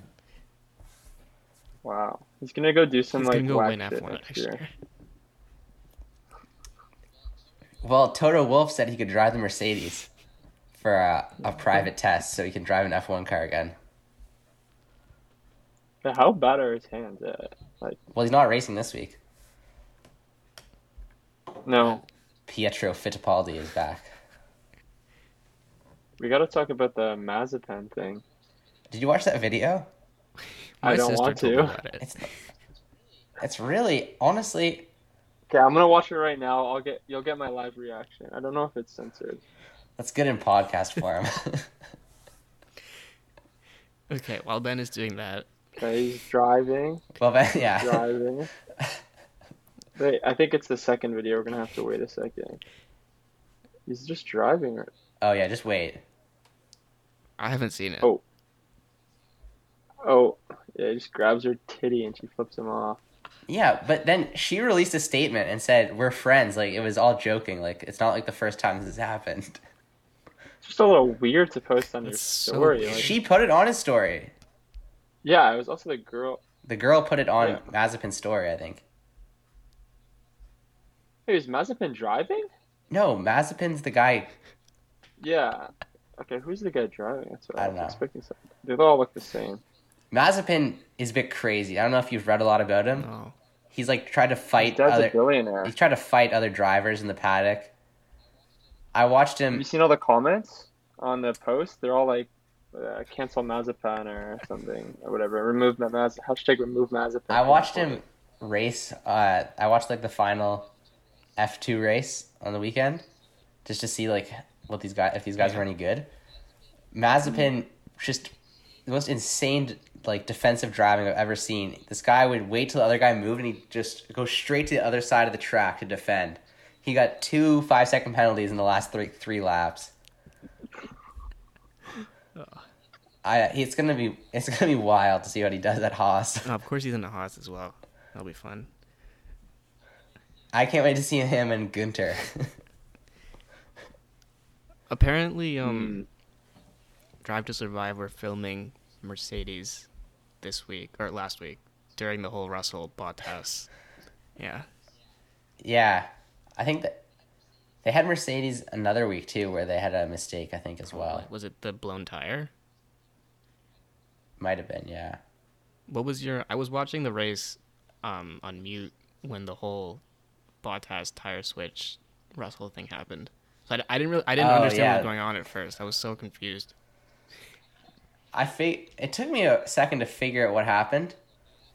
Wow. He's gonna go do some
He's
like
gonna go
whack
win
shit
F1 next year.
well, Toto Wolf said he could drive the Mercedes for a, a private test, so he can drive an F one car again.
But how bad are his hands at?
Well, he's not racing this week.
No,
Pietro Fittipaldi is back.
we gotta talk about the Mazepin thing.
Did you watch that video?
My
I don't
sister
want
told me
to.
about it.
It's it's really honestly
Okay, I'm gonna watch it right now. I'll get you'll get my live reaction. I don't know if it's censored.
that's good in podcast form.
Okay, while Ben is doing that,
Okay, he's driving,
well, then, yeah,
driving. Wait, I think it's the second video. We're gonna have to wait a second. He's just driving. right-
oh yeah, just wait.
I haven't seen it.
Oh. Oh, yeah, he just grabs her titty and she flips him off.
Yeah, but then she released a statement and said, "We're friends." Like it was all joking. Like it's not like the first time this has happened.
It's just a little weird to post on your
That's so
story.
weird.
like-
She put it on his story.
yeah, it was also the girl.
The girl put it on
Yeah.
Mazepin's story, I think.
Hey, was Mazepin driving?
No, Mazepin's the guy.
Yeah. Okay, who's the guy driving? That's what
I
I,
don't
was
know.
expecting. Something. They all look the same.
Mazepin is a bit crazy. I don't know if you've read a lot about him.
No.
He's like tried to
His
fight
dad's
other.
a billionaire.
He's tried to fight other drivers in the paddock. I watched
Have you
him.
seen all the comments on the post? They're all like, uh, cancel Mazepin or something or whatever. Remove Ma- Maz. Hashtag remove Mazepin.
I watched him race. Uh, I watched like the final F two race on the weekend, just to see like what these guys if these guys were any good. Mazepin just the most insane like defensive driving I've ever seen. This guy would wait till the other guy moved and he'd just go straight to the other side of the track to defend. He got two five second penalties in the last three three laps. I it's gonna be it's gonna be wild to see what he does at Haas.
No, of course he's in the Haas as well. That'll be fun.
I can't wait to see him and Gunter.
Apparently, um, Drive to Survive were filming Mercedes this week or last week during the whole Russell Bottas. Yeah,
yeah, I think that they had Mercedes another week too, where they had a mistake. I think as well
was it the blown tire?
might have been. Yeah,
What was your? I was watching the race, um, on mute when the whole Bottas tire switch Russell thing happened. So I, I didn't really, I didn't
Oh,
understand what
yeah.
was going on at first. I was so confused.
I fig- it took me a second to figure out what happened,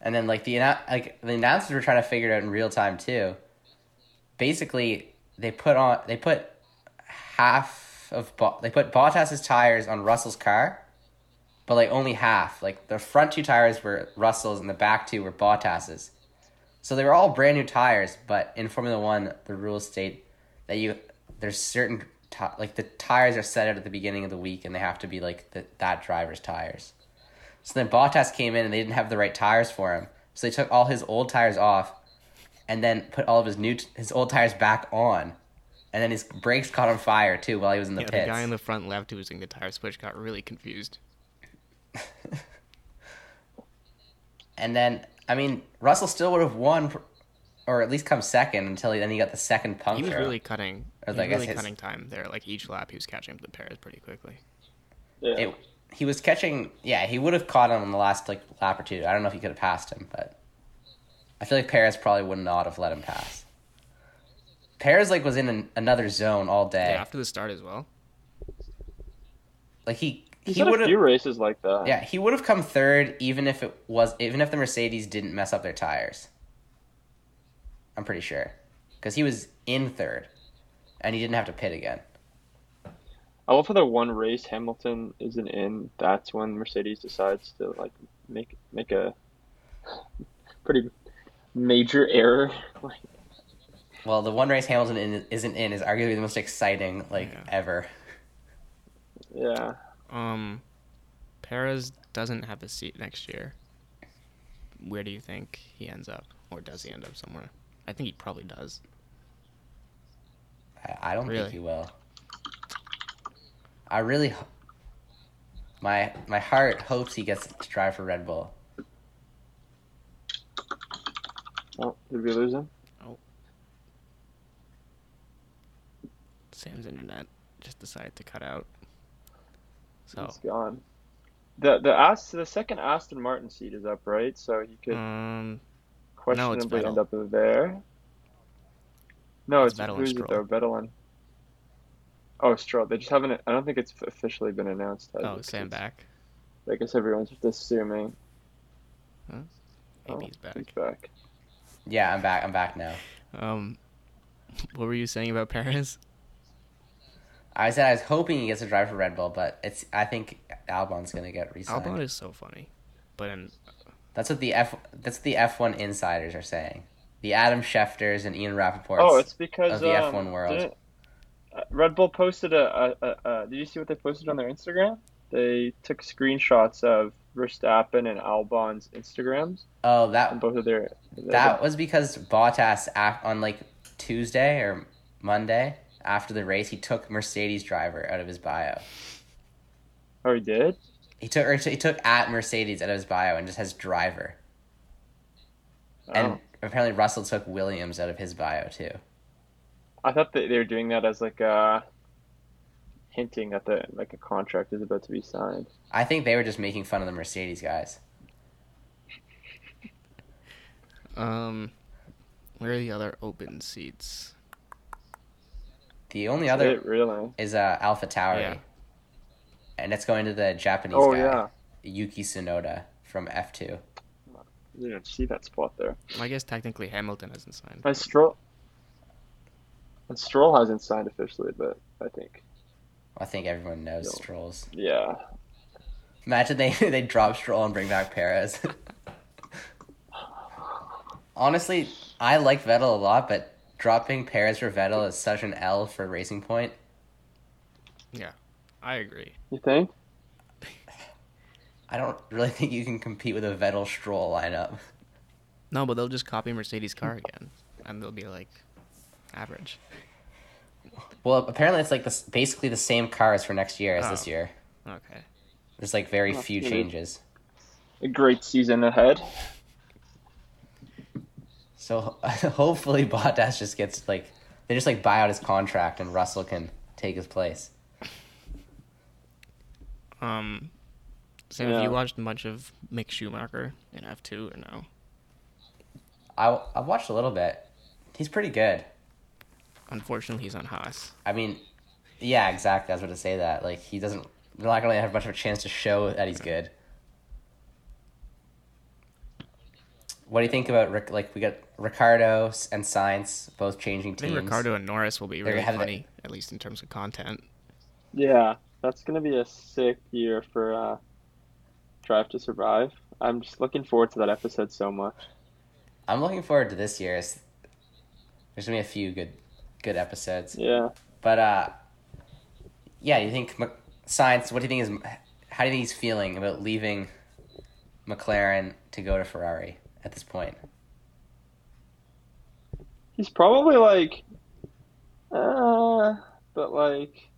and then like the annou- like the announcers were trying to figure it out in real time too. Basically, they put on they put half of Bo- they put Bottas's tires on Russell's car, but like only half. Like the front two tires were Russell's and the back two were Bottas's. So they were all brand new tires, but in Formula One, the rules state that you there's certain ti like the tires are set out at the beginning of the week, and they have to be like the, that driver's tires. So then Bottas came in, and they didn't have the right tires for him, so they took all his old tires off, and then put all of his new t- his old tires back on, and then his brakes caught on fire too while he was in the
Yeah,
pits.
the guy in the front left who was doing the tire switch got really confused.
And then, I mean, Russell still would have won, pr- or at least come second until he, then he got the second puncture.
He was really cutting,
Or
he
like, Oh, I
was really
guess his-
cutting time there. Like each lap, he was catching up to Perez pretty quickly.
Yeah.
It, he was catching. Yeah, he would have caught him in the last like lap or two. I don't know if he could have passed him, but I feel like Perez probably would not have let him pass. Perez like was in an, another zone all day.
Yeah, after the start as well.
Like he
He's
he
had
would
a few
have.
races like that.
Yeah, he would have come third even if it was even if the Mercedes didn't mess up their tires. I'm pretty sure, because he was in third, and he didn't have to pit again.
I love how the one race Hamilton isn't in. That's when Mercedes decides to like make make a pretty major error. like,
Well, the one race Hamilton in, isn't in is arguably the most exciting like
Yeah.
ever.
yeah,
Um, Perez doesn't have a seat next year. Where do you think he ends up, or does he end up somewhere? I think he probably does.
I, I don't
Really?
think he will. I really, h- my my heart hopes he gets to drive for Red Bull.
oh, did we lose him?
Sam's internet just decided to cut out. So, Oh.
He's gone. The the Ast- the second Aston Martin seat is up, right? So he could
um, no, it's
questionably end
Vettel.
up in there. No,
It's
it's
Vettel and
who's it
Stroll.
though? Vettel and oh Stroll. They just haven't. I don't think it's officially been announced. has it?
oh,
'Cause
Sam
it's-
back.
I guess everyone's just assuming. Oh,
Huh? Maybe he's back.
He's back.
Yeah, I'm back. I'm back now.
Um, what were you saying about Paris?
I said I was hoping he gets a drive for Red Bull, but it's. I think Albon's gonna get re-signed.
Albon is so funny, but um, in,
That's what the F. That's what the F one insiders are saying. The Adam Schefters and Ian Rappaport.
Oh, it's because
of the
um,
F1 world.
didn't- uh, Red Bull posted a, a, a, a. Did you see what they posted on their Instagram? They took screenshots of Verstappen and Albon's Instagrams
oh that
and both of their.
That was because Bottas af- on like Tuesday or Monday after the race, he took Mercedes driver out of his bio.
Oh, he did.
He took or he took at Mercedes out of his bio and just has driver.
Oh.
And apparently Russell took Williams out of his bio too.
I thought that they were doing that as like a hinting that the like a contract is about to be signed.
I think they were just making fun of the Mercedes guys.
um, where are the other open seats?
The only
Is
other
it really?
is uh, Alpha Tower,
Yeah.
and it's going to the Japanese
Oh
guy
yeah,
Yuki Tsunoda from F two.
you didn't see that spot there.
Well, I guess technically Hamilton hasn't signed.
And Stroll. And Stroll hasn't signed officially, but I think
I think everyone knows
No.
Stroll's.
yeah.
Imagine they they drop Stroll and bring back Perez. Honestly, I like Vettel a lot, but dropping Perez for Vettel is such an L for Racing Point.
I agree.
You think?
I don't really think you can compete with a Vettel Stroll lineup.
No, but they'll just copy Mercedes' car again, and they'll be like average.
Well, apparently it's like this, basically the same cars for next year as this
Oh.
year.
Okay.
There's like very
Oh,
few
really?
changes.
A great season ahead.
So hopefully Bottas just gets like they just like buy out his contract and Russell can take his place.
Um, Sam, have
Yeah.
you watched much of Mick Schumacher in F two or no?
I I watched a little bit. He's pretty good.
Unfortunately, he's on Haas.
I mean, yeah, exactly. I was going to say that. Like, he doesn't. They're not going to have much of a chance to show that he's good. What do you think about Ric- like we got Ricardo s- and Science both changing
I
teams?
think Ricardo and Norris will be
They're
really
gonna have
funny, at least in terms of content.
Yeah, that's gonna be a sick year for uh, Drive to Survive. I'm just looking forward to that episode so much.
I'm looking forward to this year's. There's gonna be a few good, good episodes.
Yeah.
But uh, yeah, you think Mc- Science? What do you think is? How do you think he's feeling about leaving McLaren to go to Ferrari at this point?
He's probably like, uh, but like,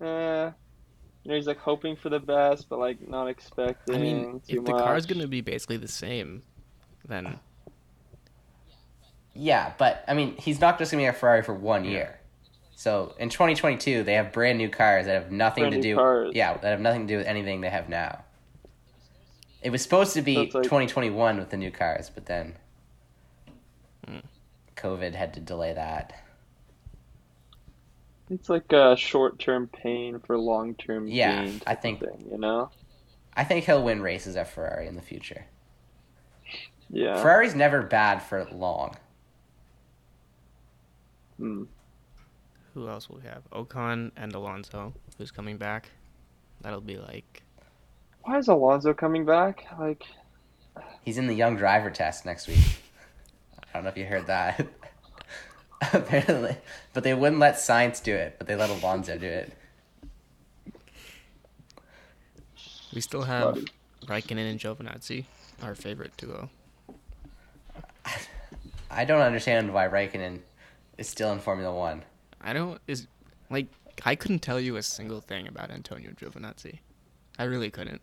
uh, you know, he's like hoping for the best, but like not expecting
I mean,
too
if the car's
much.
gonna be basically the same, then
Yeah, but I mean, he's not just gonna be at Ferrari for one
Yeah.
year. So in 2022, they have brand new cars that have nothing
Brand
to
new
do.
cars.
Yeah, that have nothing to do with anything they have now. It was supposed to be
So it's like-
2021 with the new cars, but then
Hmm.
COVID had to delay that.
It's like a short-term pain for long-term
Yeah,
gain. type
I
of
think-
thing, you know.
I think he'll win races at Ferrari in the future.
Yeah.
Ferrari's never bad for long.
Hmm.
who else will we have? Ocon and Alonso, who's coming back. That'll be like
Why is Alonso coming back? Like,
He's in the young driver test next week. I don't know if you heard that. Apparently, but they wouldn't let science do it, but they let Alonso do it.
we still have
Buddy.
Raikkonen and Giovinazzi, our favorite duo.
I don't understand why Raikkonen is still in Formula One.
I don't is like I couldn't tell you a single thing about Antonio Giovinazzi. I really couldn't.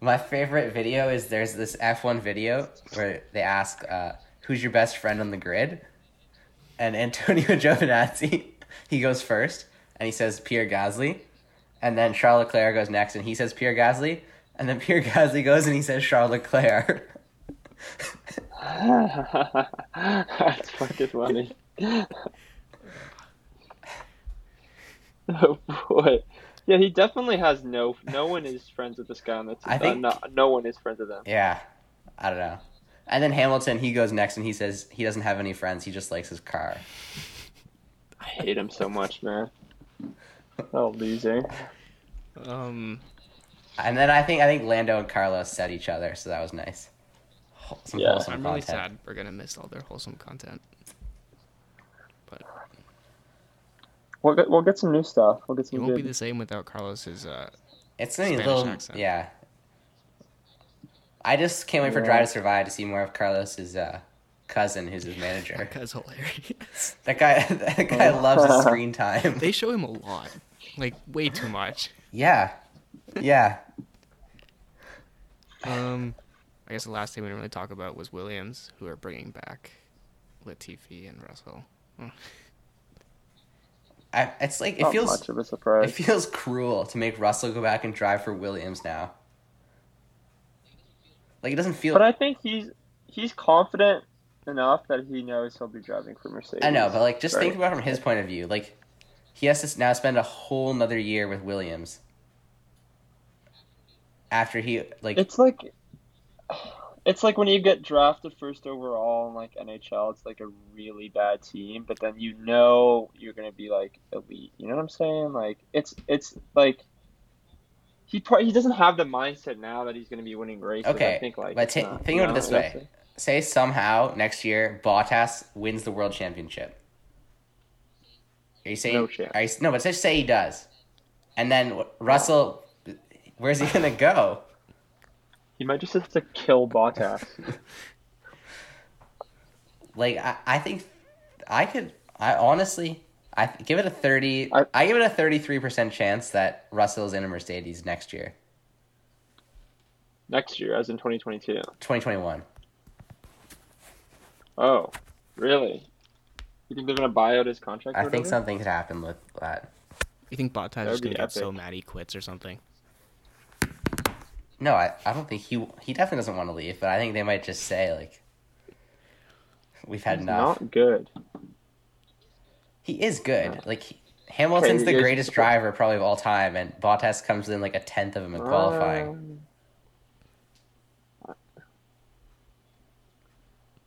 My favorite video is there's this F1 video where they ask, uh, "Who's your best friend on the grid?" And Antonio Giovinazzi, he goes first, and he says Pierre Gasly, and then Charles Leclerc goes next, and he says Pierre Gasly, and then Pierre Gasly goes and he says Charles Leclerc.
that's fucking funny. oh boy. Yeah, he definitely has no. No one is friends with this guy on the team.
I think-
no, no one is friends with him.
yeah, I don't know. And then Hamilton, he goes next and he says he doesn't have any friends. He just likes his car.
I hate him so much, man. Oh, loser.
Um,
And then I think I think Lando and Carlos said each other, so that was nice. Whole- Some
Yeah.
wholesome
I'm really
content.
sad we're gonna miss all their wholesome content. But
We'll get, we'll get some new stuff. We'll get
it
some
won't be
good.
the same without Carlos's. Uh,
It's gonna be a
Spanish
little,
accent.
yeah. I just can't wait for
Yeah.
Drive to Survive to see more of Carlos's uh, cousin, who's his manager.
that's hilarious.
That guy, that guy
Oh.
loves his screen time.
they show him a lot, like way too much.
Yeah, yeah.
Um, I guess the last thing we didn't really talk about was Williams, who are bringing back Latifi and Russell. Hmm.
I, it's like it
Not
feels
much of a
it
surprise.
feels cruel to make Russell go back and drive for Williams now. Like it doesn't feel.
But I think he's he's confident enough that he knows he'll be driving for Mercedes.
I know, but like just think
Right.
about it from his point of view. Like he has to s- now spend a whole another year with Williams after he like
it's like it's like when you get drafted first overall in like NHL, it's like a really bad team, but then you know you're gonna be like elite. You know what I'm saying? Like it's it's like he pro- he doesn't have the mindset now that he's gonna be winning races.
Okay,
I think like
but
it's
ta-
not-
think
you
of it
know,
this way.
that's it.
say somehow next year Bottas wins the world championship. Are you saying
No chance.
Are you, no, but just say he does, and then w- Russell, where's he gonna go?
He might just have to kill Bottas.
Like I, I think I could. I honestly, I give it a thirty. I,
I-
give it a thirty-three percent chance that Russell's in a Mercedes next year,
Next year, as in 2022.
twenty twenty-one.
Oh, really? You think they're gonna buy out his contract?
I
or
think
whatever?
something could happen with that.
You think Bottas
would
is gonna
be
get
epic.
so mad he quits or something?
No, I, I don't think he he definitely doesn't want to leave, but I think they might just say like, we've had
He's
enough.
Not good.
He is good. Like he- Hamilton's
Okay,
the
you guys-
greatest driver probably of all time, and Bottas comes in like a tenth of him in qualifying.
Um,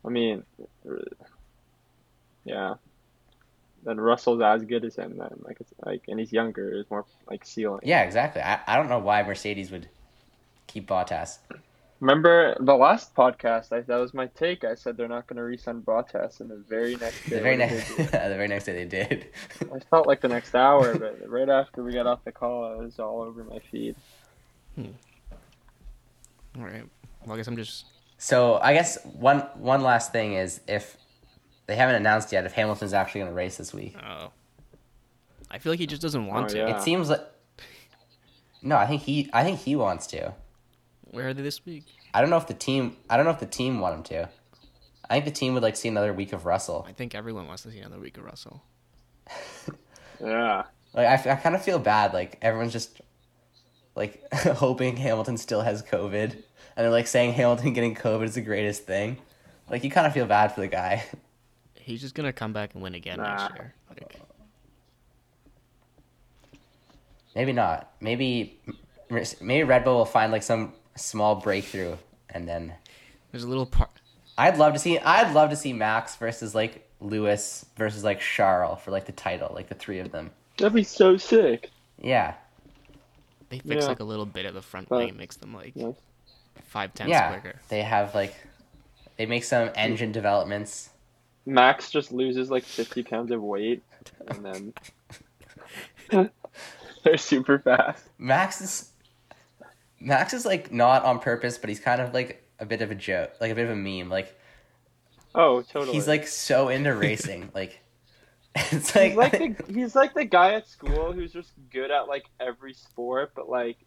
I mean, r- yeah. Then Russell's as good as him. Then, like, it's like, and he's younger. Is more like ceiling.
Yeah, exactly. I, I don't know why Mercedes would keep Bottas.
Remember the last podcast? I, that was my take. I said they're not going to re-sign Bottas, and the very next day,
The very
what did
next
they
the very next day they did.
do? I felt like the next hour, but right after we got off the call, it was all over my feed.
All right. Well, I guess I'm just
so I guess one one last thing is if they haven't announced yet if Hamilton's actually going to race this week.
Oh. I feel like he just doesn't want
Oh,
to.
yeah.
It seems like no, I think he I think he wants to.
Where are they this week?
I don't know if the team I don't know if the team want him to. I think the team would like to see another week of Russell.
I think everyone wants to see another week of Russell.
Yeah,
Like I, f- I kind of feel bad. Like everyone's just like hoping Hamilton still has COVID, and they're like saying Hamilton getting COVID is the greatest thing. Like you kind of feel bad for the guy.
He's just gonna come back and win again
Nah.
next year. Like,
Maybe not. Maybe maybe Red Bull will find like some small breakthrough, and then
there's a little part.
I'd love to see I'd love to see Max versus like Lewis versus like Charles for like the title, like the three of them.
that'd be so sick.
Yeah,
They fix
Yeah.
like a little bit of the front
But-
wing, makes them like
Yeah.
five tenths
yeah.
quicker.
They have like they make some engine developments.
Max just loses like 50 pounds of weight, and then they're super fast.
Max is Max is like not on purpose, but he's kind of like a bit of a joke, like a bit of a meme. Like
Oh, totally.
he's like so into racing, like it's like,
he's like the, he's like the guy at school who's just good at like every sport, but like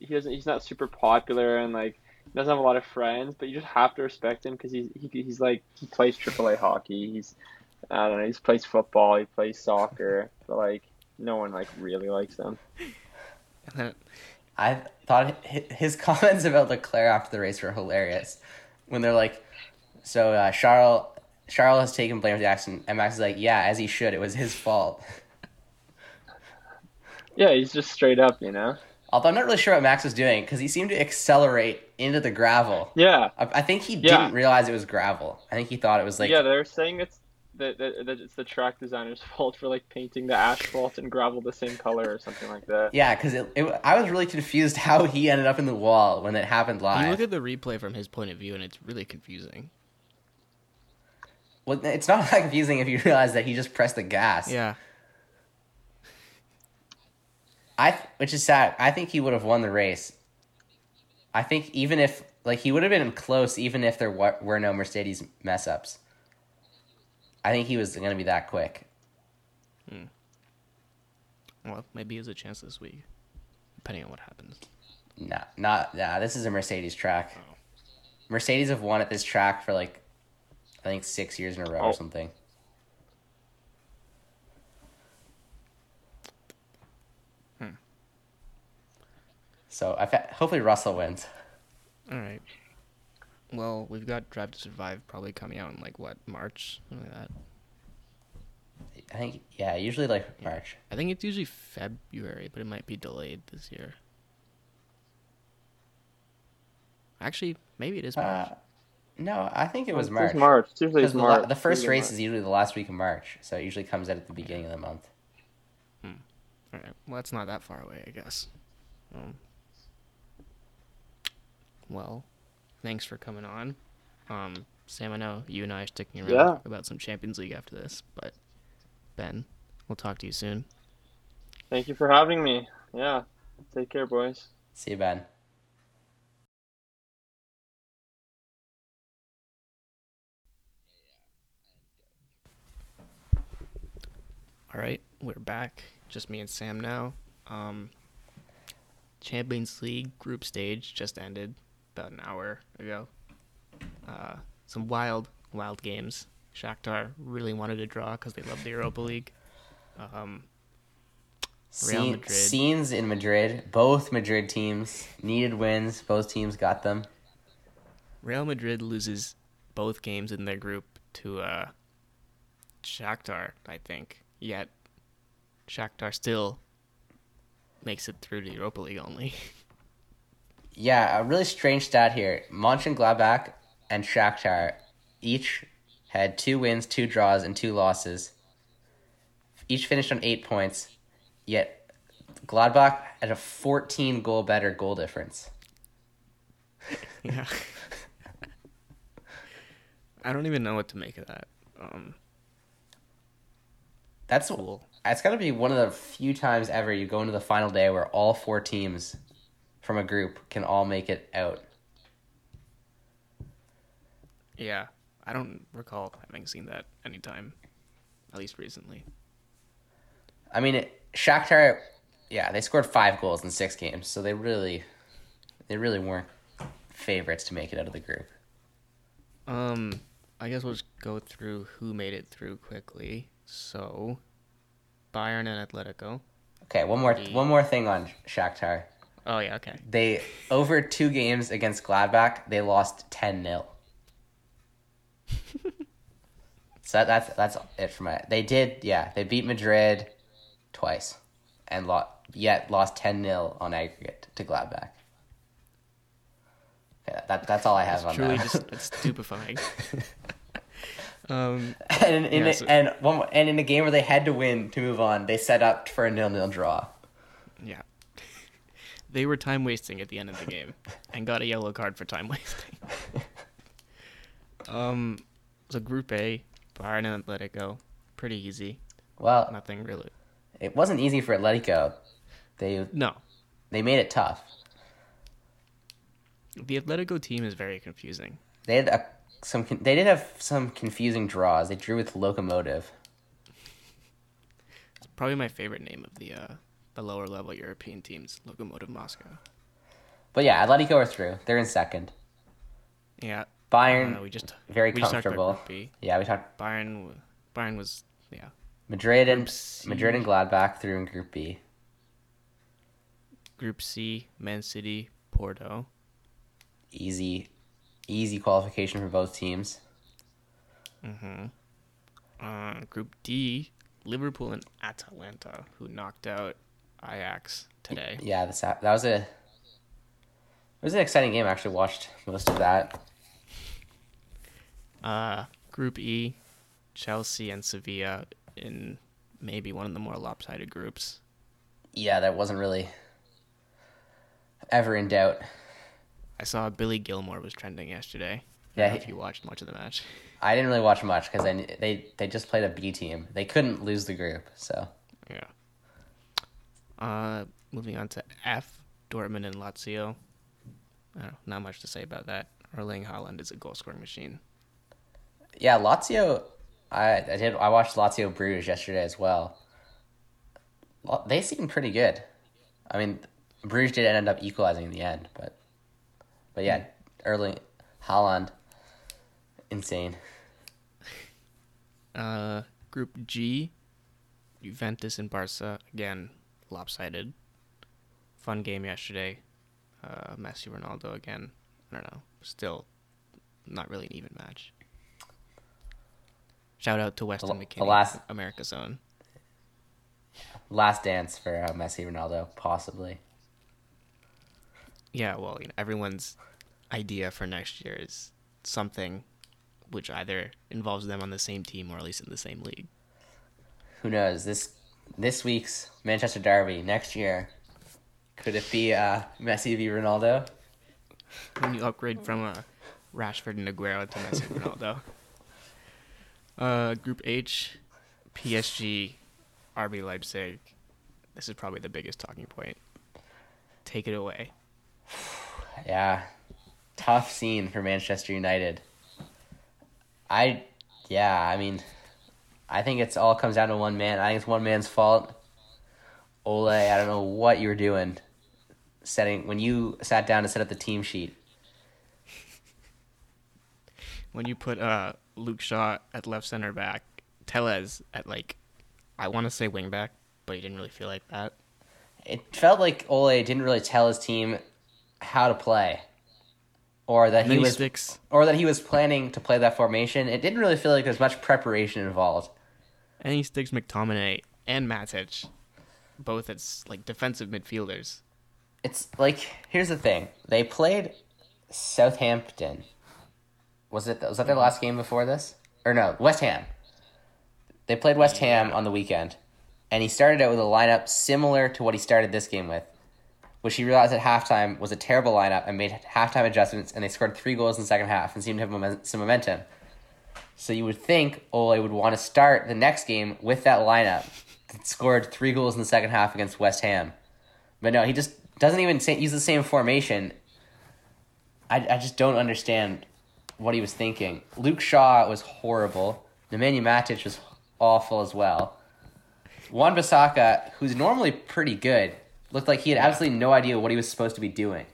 he doesn't. He's not super popular and like doesn't have a lot of friends. But you just have to respect him because he's he, he's like he plays AAA hockey. He's I don't know. He plays football. He plays soccer. But like no one like really likes him.
And then
I thought hi- his comments about Leclerc after the race were hilarious. When they're like, "So uh, Charles Charles has taken blame for the accident," and Max is like, "Yeah, as he should. It was his fault."
Yeah, he's just straight up. You know.
Although I'm not really sure what Max was doing because he seemed to accelerate into the gravel.
Yeah.
I, I think he
Yeah.
didn't realize it was gravel. I think he thought it was like
yeah, they're saying it's that, that, that it's the track designer's fault for like painting the asphalt and gravel the same color or something like that.
Yeah, because it, it, I was really confused how he ended up in the wall when it happened
You
live.
look at the replay from his point of view, and it's really confusing.
well, it's not that confusing if you realize that he just pressed the gas.
Yeah,
I, th- which is sad. I think he would have won the race. I think even if like he would have been close, even if there wa- were no Mercedes mess ups. I think he was going to be that quick.
well, maybe there's a chance this week, depending on what happens.
No, not nah. This is a Mercedes track.
Oh.
Mercedes have won at this track for like, I think six years in a row
Oh.
or something.
Hmm.
So I fe- hopefully Russell wins.
All right. Well, we've got Drive to Survive probably coming out in like what March, something like that.
I think yeah, usually like March.
I think it's usually February, but it might be delayed this year. Actually, maybe it is March.
Uh, no, I think it was
Oh, It's
March.
March. It's usually
'Cause
it's
the,
March.
la- the first
Usually
race is usually the last week of March, so it usually comes out at the beginning of the month.
All right. Well, that's not that far away, I guess. Um, well, thanks for coming on. Um, Sam, I know you and I are sticking around
Yeah.
to talk about some Champions League after this, but Ben, we'll talk to you soon.
March. Thank you for having me. Yeah. Take care, boys.
See you, Ben.
All right, we're back. Just me and Sam now. Um, Champions League group stage just ended about an hour ago. Uh, some wild, wild games. Shakhtar really wanted to draw because they love the Europa League. Um, Real
Scene-
Madrid.
Scenes in Madrid. Both Madrid teams needed wins. Both teams got them.
Real Madrid loses both games in their group to uh, Shakhtar, I think. Yet Shakhtar still makes it through to Europa League only.
Yeah, a really strange stat here. Mönchengladbach and Shakhtar each had two wins, two draws, and two losses. Each finished on eight points, yet Gladbach had a 14 goal better goal difference.
yeah. I don't even know what to make of that. Um,
That's
Cool.
That's got to be one of the few times ever you go into the final day where all four teams from a group can all make it out.
yeah, I don't recall having seen that anytime, at least recently.
I mean, it, Shakhtar, yeah, they scored five goals in six games, so they really, they really weren't favorites to make it out of the group.
Um, I guess we'll just go through who made it through quickly. So, Bayern and Atletico.
Okay, one
Mm.
more, one more thing on Shakhtar.
Oh yeah, okay.
They over two games against Gladbach, they lost ten 0 So that, that's that's it for my. They did, yeah, they beat Madrid twice, and lot yet lost ten 0 on aggregate to Gladbach. Okay, that, that's all I have on
Truly
that.
just it's stupefying. um,
and in
Yeah,
a-
so-
and one more- and in a game where they had to win to move on, they set up for a nil nil draw.
yeah. They were time wasting at the end of the game and got a yellow card for time wasting. um, so Group A, Bayern and Atletico, pretty easy.
Well,
Nothing really.
it wasn't easy for Atletico. They
No,
they made it tough.
the Atletico team is very confusing.
They had a, some. con- They did have some confusing draws. They drew with Locomotive.
It's probably my favorite name of the uh, the lower level European teams, Lokomotiv Moscow.
But yeah, Atletico are through. They're in second.
Yeah, I don't
Bayern
know, Uh, we just
very
we just talked about
comfortable.
Group B.
yeah, we talked
Bayern, w- Bayern was yeah.
Madrid and
Group C.
Madrid and Gladbach through in Group B.
Group C, Man City, Porto.
Easy, easy qualification for both teams.
Uh, group D, Liverpool and Atalanta, who knocked out Ajax today.
Yeah, this that was a it was an exciting game. I actually watched most of that.
Uh, group E, Chelsea and Sevilla in maybe one of the more lopsided groups.
Yeah, that wasn't really ever in doubt.
I saw Billy Gilmore was trending yesterday. I
Yeah,
don't know
he-
if you watched much of the match.
I didn't really watch much because they they just played a B team. They couldn't lose the group, so
Yeah. Uh, moving on to F, Dortmund and Lazio. I don't know, not much to say about that. Erling Haaland is a goal scoring machine.
yeah, Lazio. I I did I watched Lazio Bruges yesterday as well. Lo- They seem pretty good. I mean, Bruges did end up equalizing in the end, but but yeah, Erling Haaland, insane.
Uh, group G, Juventus and Barca again lopsided. Fun game yesterday. Uh, Messi Ronaldo again. I don't know. Still, not really an even match. Shout out to Weston
The- the
McKinney,
last-
America's own.
Last dance for uh, Messi, Ronaldo, possibly.
Yeah, well, you know, everyone's idea for next year is something which either involves them on the same team or at least in the same league.
Who knows? This this week's Manchester Derby next year. Could it be uh, Messi v Ronaldo?
when you upgrade from a Rashford and Aguero to Messi and Ronaldo. Uh, group H, PSG, RB Leipzig. This is probably the biggest talking point. Take it away.
Yeah. Tough scene for Manchester United. I yeah, I mean I think it's all comes down to one man. I think it's one man's fault. Ole, I don't know what you were doing setting when you sat down to set up the team sheet.
When you put uh, Luke Shaw at left center back, Teles at like, I want to say wing back, but he didn't really feel like that.
It felt like Ole didn't really tell his team how to play. Or that
And
he
then he
was
sticks,
or that he was planning to play that formation. It didn't really feel like there's much preparation involved.
and he sticks McTominay and Matic, both as like defensive midfielders.
It's like here's the thing. They played Southampton. Was it was that their last game before this? Or no, West Ham. They played West Ham on the weekend. And he started out with a lineup similar to what he started this game with, which he realized at halftime was a terrible lineup and made halftime adjustments and they scored 3 goals in the second half and seemed to have momen- some momentum. So you would think Ole would want to start the next game with that lineup that scored 3 goals in the second half against West Ham. But no, he just doesn't even say, use the same formation. I, I just don't understand what he was thinking. Luke Shaw was horrible. Nemanja Matic was awful as well. Juan Bisaka, who's normally pretty good, looked like he had absolutely no idea what he was supposed to be doing.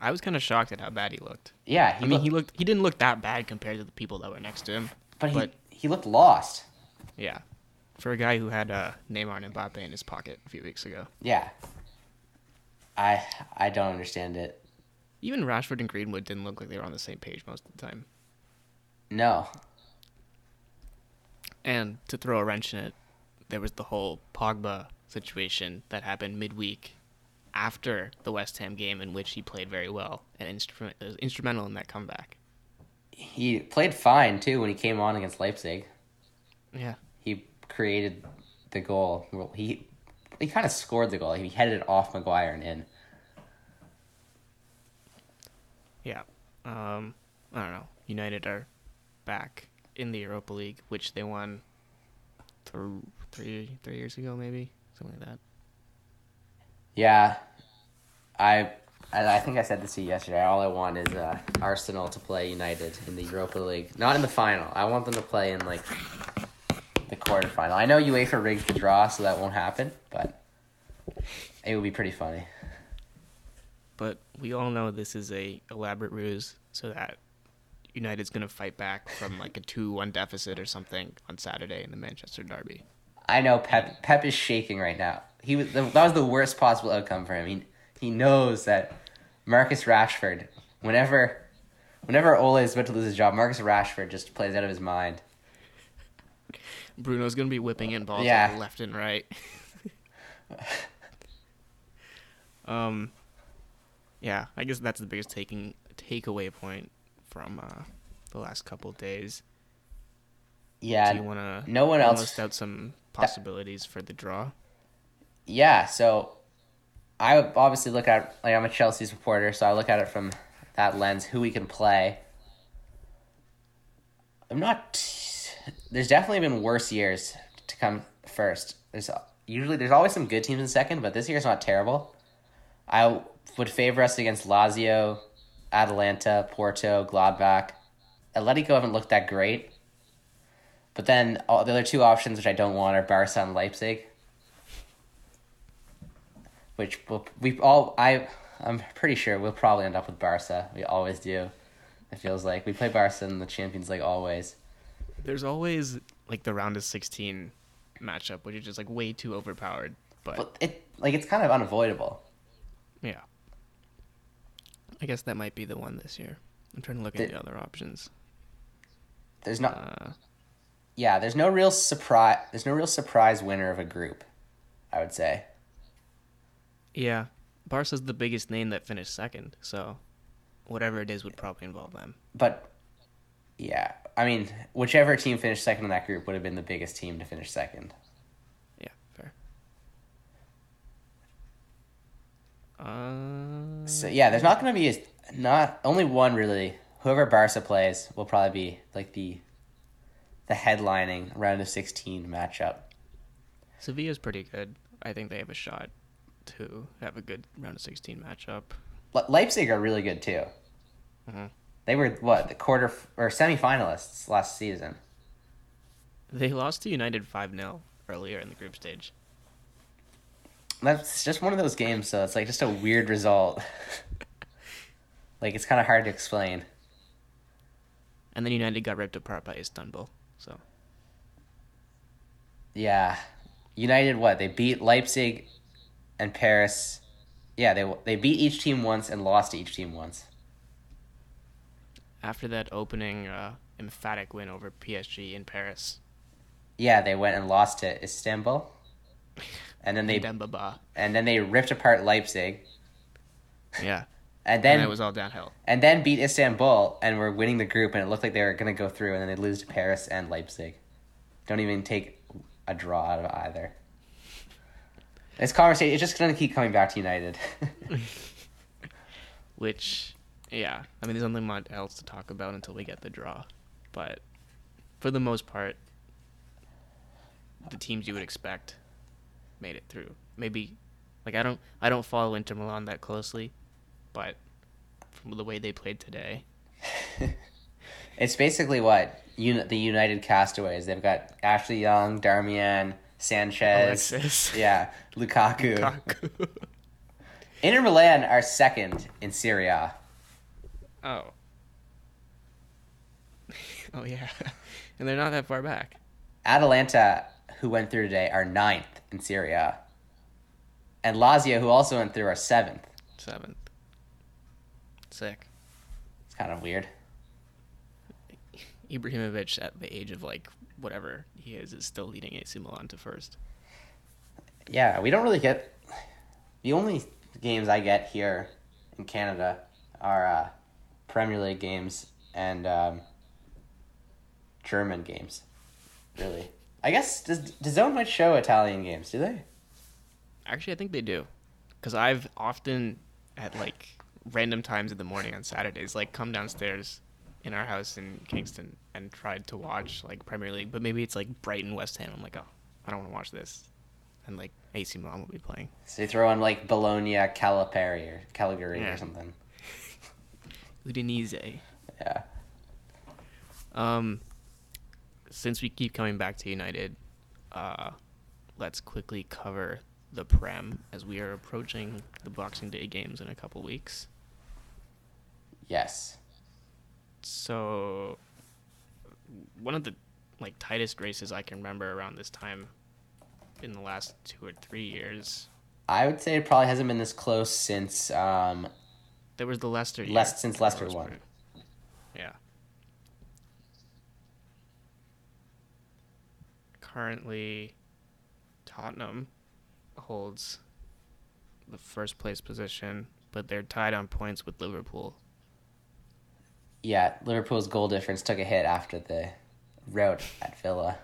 I was kind of shocked at how bad he looked.
Yeah, he
I mean,
looked,
he looked he didn't look that bad compared to the people that were next to him.
but,
but-
he, he looked lost.
Yeah, for a guy who had uh, Neymar and Mbappe in his pocket a few weeks ago,
Yeah. I I don't understand it.
even Rashford and Greenwood didn't look like they were on the same page most of the time.
No.
And to throw a wrench in it, there was the whole Pogba situation that happened midweek after the West Ham game in which he played very well and instrument, was instrumental in that comeback.
He played fine too when he came on against Leipzig.
Yeah,
he created the goal. Well, he he kind of scored the goal. He headed it off Maguire and in.
yeah. Um, I don't know. United are back in the Europa League, which they won thr- three three years ago, maybe something like that.
Yeah, I and I think I said this to you yesterday. All I want is uh, Arsenal to play United in the Europa League, not in the final. I want them to play in like the quarterfinal. I know UEFA rigged the draw, so that won't happen, but it would be pretty funny.
But we all know this is a elaborate ruse so that United's going to fight back from like a 2-1 deficit or something on Saturday in the Manchester derby.
I know Pep. Pep is shaking right now. He was that was the worst possible outcome for him. He he knows that Marcus Rashford, whenever whenever Ole is about to lose his job, Marcus Rashford just plays out of his mind.
Bruno's going to be whipping in balls like,
Yeah.
left and right. Um, yeah, I guess that's the biggest taking takeaway point from uh, the last couple of days.
Yeah.
Do you want to
no one else-
list out some possibilities for the draw?
yeah, so I would obviously look at like I'm a Chelsea supporter, so I look at it from that lens, who we can play. I'm not. there's definitely been worse years to come first. There's usually there's always some good teams in second, but this year's not terrible. I would favor us against Lazio, Atalanta, Porto, Gladbach. Atletico haven't looked that great. But then all the other two options, which I don't want, are Barca and Leipzig which we'll, we all I I'm pretty sure we'll probably end up with Barca. We always do. It feels like we play Barca in the Champions League always.
There's always like the round of 16 matchup, which is just like way too overpowered. But,
But it like it's kind of unavoidable.
yeah, I guess that might be the one this year. I'm trying to look at
Th-
the other options.
There's not
Uh,
yeah, there's no real surprise there's no real surprise winner of a group, I would say.
yeah, Barca's the biggest name that finished second, so whatever it is would probably involve them.
But yeah, I mean, whichever team finished second in that group would have been the biggest team to finish second.
Yeah, fair. Uh,
So yeah, there's not going to be a, not only one really. Whoever Barca plays will probably be like the the headlining round of 16 matchup.
Sevilla's pretty good. I think they have a shot to have a good round of 16 matchup.
Le- Leipzig are really good too.
Mhm.
They were what the quarter f- or semifinalists last season.
They lost to United 5 0 earlier in the group stage.
That's just one of those games, so it's like just a weird result. like it's kind of hard to explain.
And then United got ripped apart by Istanbul. So,
Yeah, United what they beat Leipzig and Paris. Yeah, they they beat each team once and lost to each team once.
after that opening uh, emphatic win over PSG in Paris,
Yeah, they went and lost to Istanbul, and then they
Dembaba.
and then they ripped apart Leipzig,
Yeah.
and
And
then
that
and,
was all downhill.
then beat Istanbul, and were winning the group, and it looked like they were gonna go through, and then they lose to Paris and Leipzig. Don't even take a draw out of either. This conversation it's just gonna keep coming back to United.
Which, yeah. I mean, there's nothing much else to talk about until we get the draw. But for the most part, the teams you would expect made it through. Maybe, like I don't, I don't follow Inter Milan that closely, but from the way they played today,
it's basically what uni- the United castaways. They've got Ashley Young, Darmian, Sanchez,
Alexis.
yeah, Lukaku.
Lukaku.
Inter Milan are second in Serie A.
oh, oh yeah, and they're not that far back.
Atalanta, who went through today, are ninth in Syria. And Lazio, who also went through, are seventh.
Seventh, sick.
It's kind of weird.
Ibrahimovic at the age of like whatever he is is still leading AC Milan to first.
Yeah, we don't really get the only games I get here in Canada are uh, Premier League games and um, German games. Really, I guess does does Zone might show Italian games? Do they?
Actually, I think they do, because I've often at like random times in the morning on Saturdays, like come downstairs in our house in Kingston and tried to watch like Premier League, but maybe it's like Brighton West Ham. I'm like, oh, I don't want to watch this, and like AC Milan will be playing.
So they throw in like Bologna, Calipari, or Caligari,
Yeah.
or something.
Udinese.
Yeah.
Um, since we keep coming back to United, uh, let's quickly cover the Prem as we are approaching the Boxing Day games in a couple weeks.
Yes.
So, one of the like tightest races I can remember around this time in the last two or three years.
I would say it probably hasn't been this close since um,
There was the Leicester. year
Leic- since
for the
Leicester
most
won.
part. Yeah. Currently, Tottenham holds the first place position, but they're tied on points with Liverpool.
Yeah, Liverpool's goal difference took a hit after the road at Villa.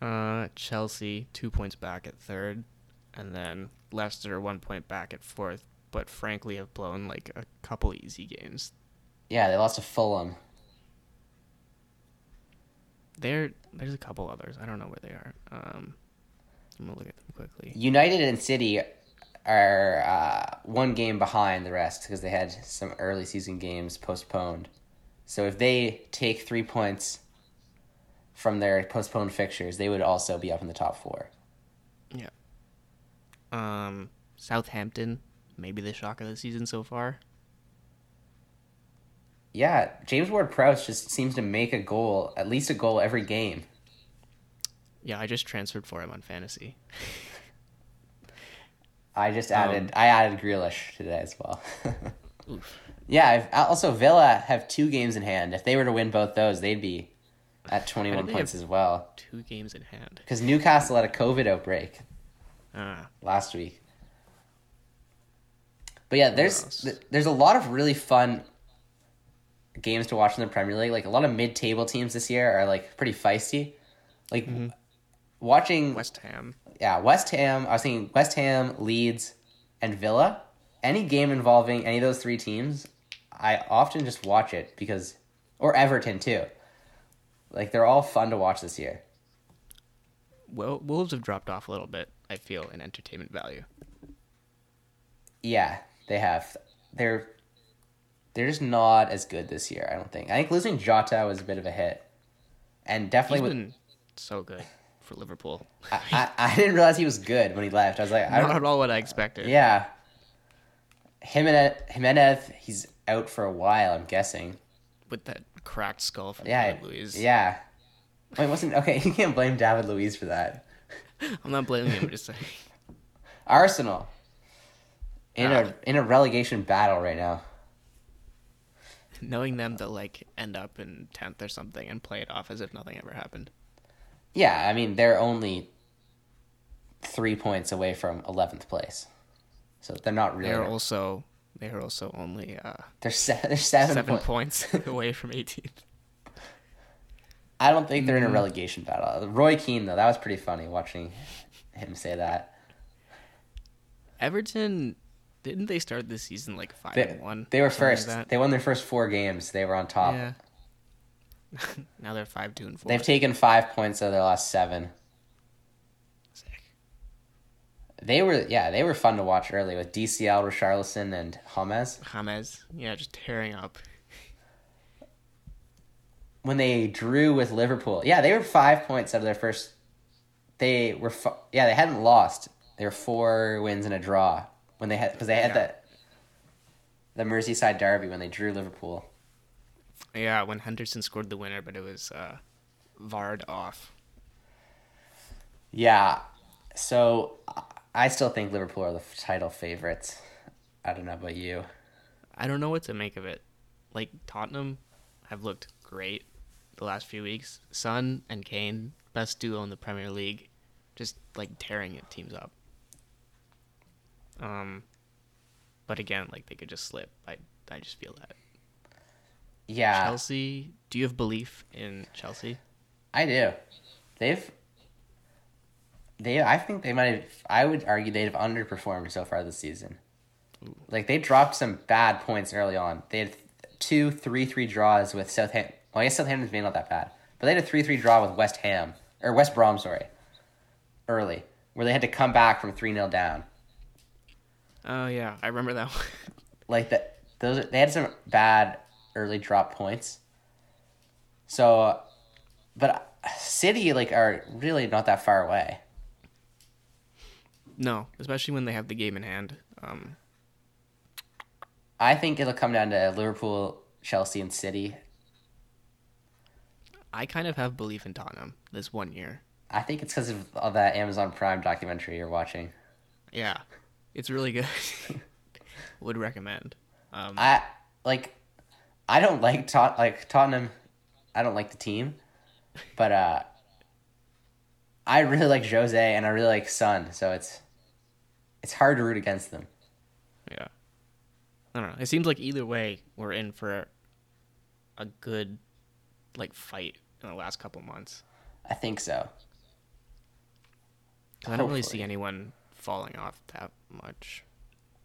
Uh, Chelsea two points back at third, and then Leicester one point back at fourth. But frankly, have blown like a couple easy games.
Yeah, they lost to Fulham.
There, there's a couple others. I don't know where they are. Um, I'm gonna look at them quickly.
United and City are uh, one game behind the rest because they had some early season games postponed. So if they take three points from their postponed fixtures, they would also be up in the top four.
Yeah. Um, Southampton, maybe the shock of the season so far.
Yeah, James Ward Prowse just seems to make a goal, at least a goal every game.
Yeah, I just transferred for him on fantasy.
I just
Um,
added I added Grealish today as well.
Oof.
yeah, I've, also Villa have two games in hand. If they were to win both those, they'd be at twenty one
they
points
have-
as well.
Two games in hand.
Because Newcastle had a COVID outbreak
Ah,
last week. But yeah, there's
else?
th- there's a lot of really fun games to watch in the Premier League. Like a lot of mid table teams this year are like pretty feisty. Like
Mm-hmm.
watching
West Ham.
yeah, West Ham. I was thinking West Ham, Leeds, and Villa. Any game involving any of those three teams, I often just watch it because, or Everton too. Like they're all fun to watch this year.
Well, Wolves have dropped off a little bit. I feel in entertainment value.
Yeah, they have. They're they're just not as good this year. I don't think. I think losing Jota was a bit of a hit, and
He's
definitely. with-
been so good for Liverpool.
I, I I didn't realize he was good when he left. I was like, I
Not
don't,
at all what I expected.
yeah. Jimenez, Jimenez, he's out for a while. I'm guessing.
With that cracked skull from
Yeah.
David Luiz.
Yeah. Wait, wasn't okay? You can't blame David Luiz for that.
I'm not blaming him. I'm just saying.
Arsenal in
Ah.
a in a relegation battle right now.
Knowing them, they'll like end up in 10th or something and play it off as if nothing ever happened.
Yeah, I mean they're only three points away from eleventh place, so they're not really.
They're
They're,
also they are also only uh,
se- they're seven.
seven
point-
points away from 18th.
I don't think
Mm-hmm.
they're in a relegation battle. Roy Keane though, that was pretty funny watching him say that.
Everton didn't they start this season like five
They,
and one?
they were
something like
first.
that?
They won their first four games. They were on top.
yeah. now they're five two and four.
They've taken five points out of their last seven.
Sick.
They were yeah, they were fun to watch early with DCL, Richarlison, and James.
James, yeah, just tearing up.
When they drew with Liverpool, yeah, they were five points out of their first. They were fi- yeah, they hadn't lost. They were four wins and a draw when they had because they had
Yeah.
that the Merseyside derby when they drew Liverpool.
Yeah, when Henderson scored the winner, but it was uh, Vard off.
Yeah, so I- I still think Liverpool are the f- title favorites. I don't know about you.
I don't know what to make of it. Like Tottenham have looked great the last few weeks. Son and Kane, best duo in the Premier League, just like tearing it teams up. Um, but again, like they could just slip. I I just feel that
Yeah,
Chelsea. Do you have belief in Chelsea?
I do. They've they I think they might have I would argue they've underperformed so far this season. Like they dropped some bad points early on. They had two three three draws with Southampton. Well, I guess Southampton's maybe not that bad, but they had a three three draw with West Ham or West Brom, sorry, early where they had to come back from three 0 down.
Oh yeah, I remember that. one.
like that those they had some bad early drop points. So, but City like are really not that far away.
no, especially when they have the game in hand. Um,
I think it'll come down to Liverpool, Chelsea, and City.
I kind of have belief in Tottenham this one year.
I think it's because of all that Amazon Prime documentary you're watching.
Yeah, it's really good. Would recommend. Um,
I like, I don't like Tot like Tottenham. I don't like the team, but uh, I really like Jose and I really like Son. So it's it's hard to root against them.
Yeah. I don't know. It seems like either way, we're in for a good, like, fight in the last couple months.
I think so.
'Cause I don't really
Hopefully.
see anyone falling off that much.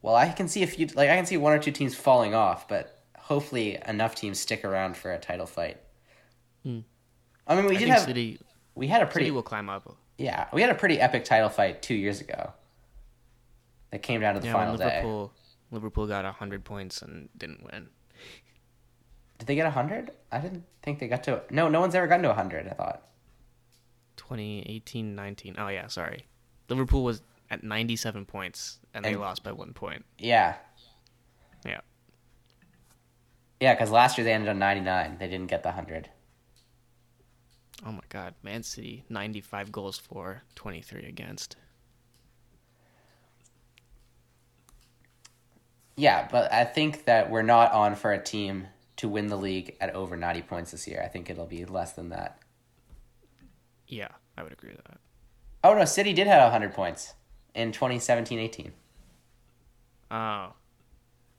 Well, I can see a few, like I can see one or two teams falling off, but hopefully enough teams stick around for a title fight.
Hmm.
I mean, we
I
did
think
have
City,
we had a pretty
City will climb up.
yeah we had a pretty epic title fight two years ago. That came down to the
Yeah,
final
when
day.
Liverpool, Liverpool got 100 points and didn't win.
Did they get hundred? I didn't think they got to. No, no one's ever gotten to hundred. I thought.
2018 19. Oh, yeah, sorry. Liverpool was at 97 points and they
And-
lost by one point.
Yeah,
Yeah.
yeah, because last year they ended on ninety nine. They didn't get the hundred.
Oh, my God. Man City, 95 goals for, 23 against.
Yeah, but I think that we're not on for a team to win the league at over ninety points this year. I think it'll be less than that.
Yeah, I would agree with that.
Oh no, City did have 100 points in 2017-18.
Oh.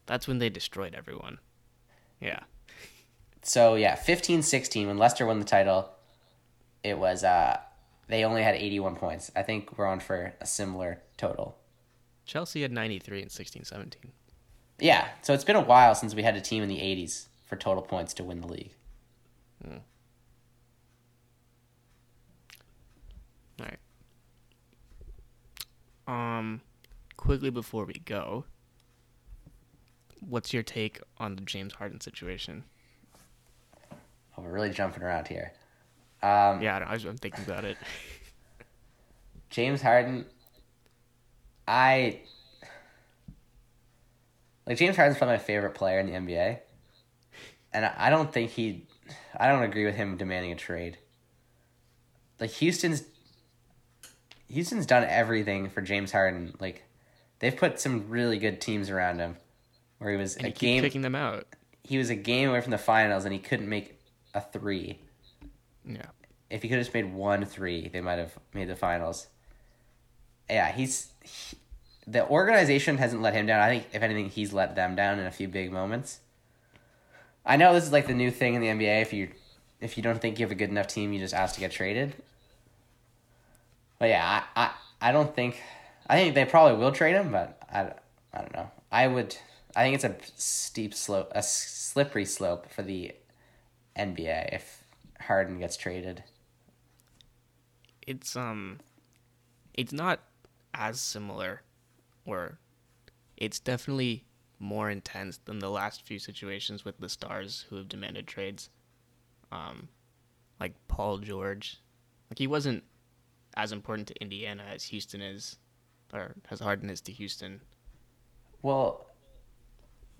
That's when they destroyed everyone. Yeah.
So yeah, 15-16 when Leicester won the title, it was uh they only had 81 points. I think we're on for a similar total.
Chelsea had 93 and 16 17.
Yeah, so it's been a while since we had a team in the 80s for total points to win the league.
All right. Um, quickly before we go, what's your take on the James Harden situation?
Oh, we're really jumping around here. Um
Yeah, I don't, I was, I'm thinking about it.
James Harden I like James Harden's probably my favorite player in the NBA. And I I don't think he I don't agree with him demanding a trade. Like Houston's Houston's done everything for James Harden. Like they've put some really good teams around him where he was
And
a
you keep
game
picking them out.
he was a game away from the finals and he couldn't make a 3
Yeah.
if he could have just made one three, they might have made the finals. Yeah, he's he, the organization hasn't let him down. I think if anything, he's let them down in a few big moments. I know this is like the new thing in the NBA. If you if you don't think you have a good enough team, you just ask to get traded. But yeah, I I, I don't think I think they probably will trade him, but I, I don't know. I would I think it's a steep slope, a s- slippery slope for the NBA if Harden gets traded.
It's um, it's not as similar, or it's definitely more intense than the last few situations with the stars who have demanded trades. Um, like Paul George, like he wasn't as important to Indiana as Houston is, or as Harden is to Houston.
Well,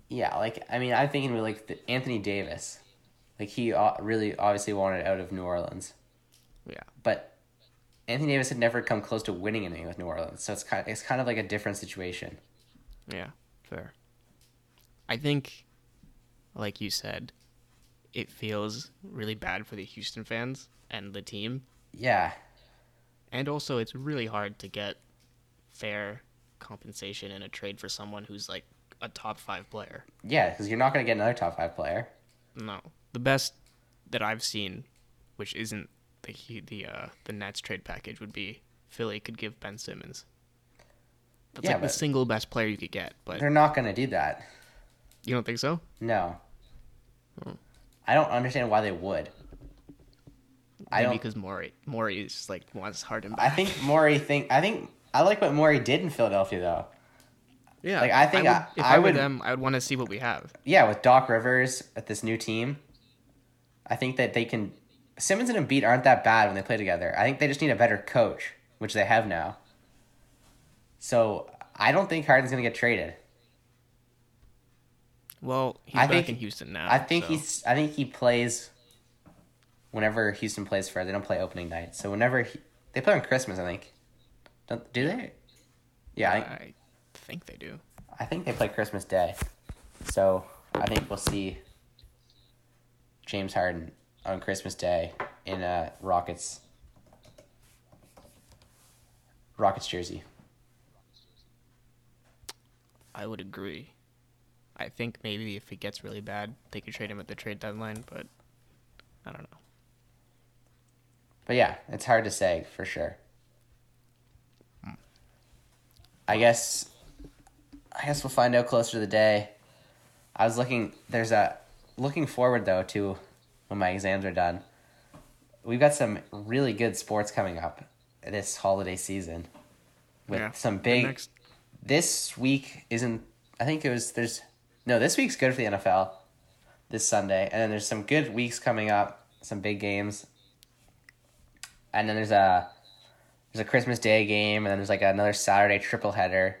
yeah, like I mean, I'm thinking with like the, Anthony Davis, like he o- really obviously wanted out of New Orleans,
Yeah,
but Anthony Davis had never come close to winning anything with New Orleans, so it's kind it's kind of like a different situation.
yeah, fair. I think, like you said, it feels really bad for the Houston fans and the team
Yeah,
And also, it's really hard to get fair compensation in a trade for someone who's like a top five player.
yeah, because you're not gonna get another top five player.
No, the best that I've seen, which isn't the He- the uh, the Nets trade package, would be Philly could give Ben Simmons. That's
Yeah,
like the
but-
single best player you could get, but
They're not gonna do that.
you don't think so?
No, I don't understand why they would. I
Maybe
don't.
because Maury Maury is just, like wants Harden
I
back.
think Maury think I think I like what Maury did in Philadelphia though.
yeah,
like, I think
would-
I-
if
I
I, were
would-
them, I would want to see what we have.
yeah, with Doc Rivers at this new team, I think that they can. Simmons and Embiid aren't that bad when they play together. I think they just need a better coach, which they have now. So I don't think Harden's going to get traded.
Well, he's
I
back
think-
in Houston now.
I think
so-
he's. I think he plays whenever Houston plays for. They don't play opening night, so whenever he, they play on Christmas, I think. Don't do they? Yeah, I,
I think they do.
I think they play Christmas Day. So I think we'll see James Harden on Christmas Day in a Rockets Rockets jersey.
I would agree. I think maybe if it gets really bad, they could trade him at the trade deadline, but I don't know.
But yeah, it's hard to say for sure. I guess I guess we'll find out closer to the day. I was looking there's a looking forward though to when my exams are done. We've got some really good sports coming up this holiday season with
Yeah,
some
the
big
next-
this week isn't I think it was there's no, this week's good for the NFL this Sunday. And then there's some good weeks coming up, some big games. And then there's a there's a Christmas Day game, and then there's like another Saturday triple header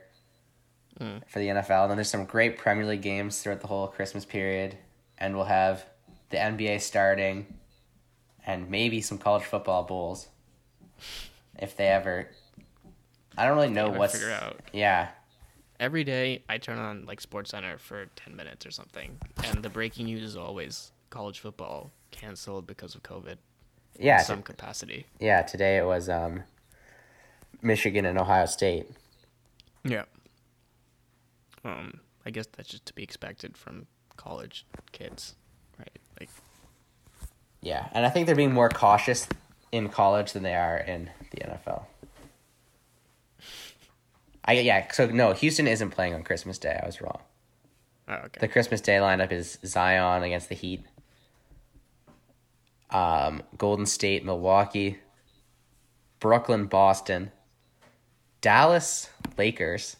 Mm.
for the NFL. And then there's some great Premier League games throughout the whole Christmas period, and we'll have the NBA starting, and maybe some college football bowls, if they ever. I don't really know
ever
what's
figure out.
yeah
Every day I turn on like Sports Center for 10 minutes or something, and the breaking news is always college football canceled because of COVID
yeah
in some capacity.
Yeah, today it was um, Michigan and Ohio State.
Yeah. Um, I guess that's just to be expected from college kids, right? Like
Yeah, and I think they're being more cautious in college than they are in the NFL. I yeah, so no, Houston isn't playing on Christmas Day. I was wrong.
Oh, okay.
The Christmas Day lineup is Zion against the Heat, um, Golden State, Milwaukee, Brooklyn, Boston, Dallas, Lakers,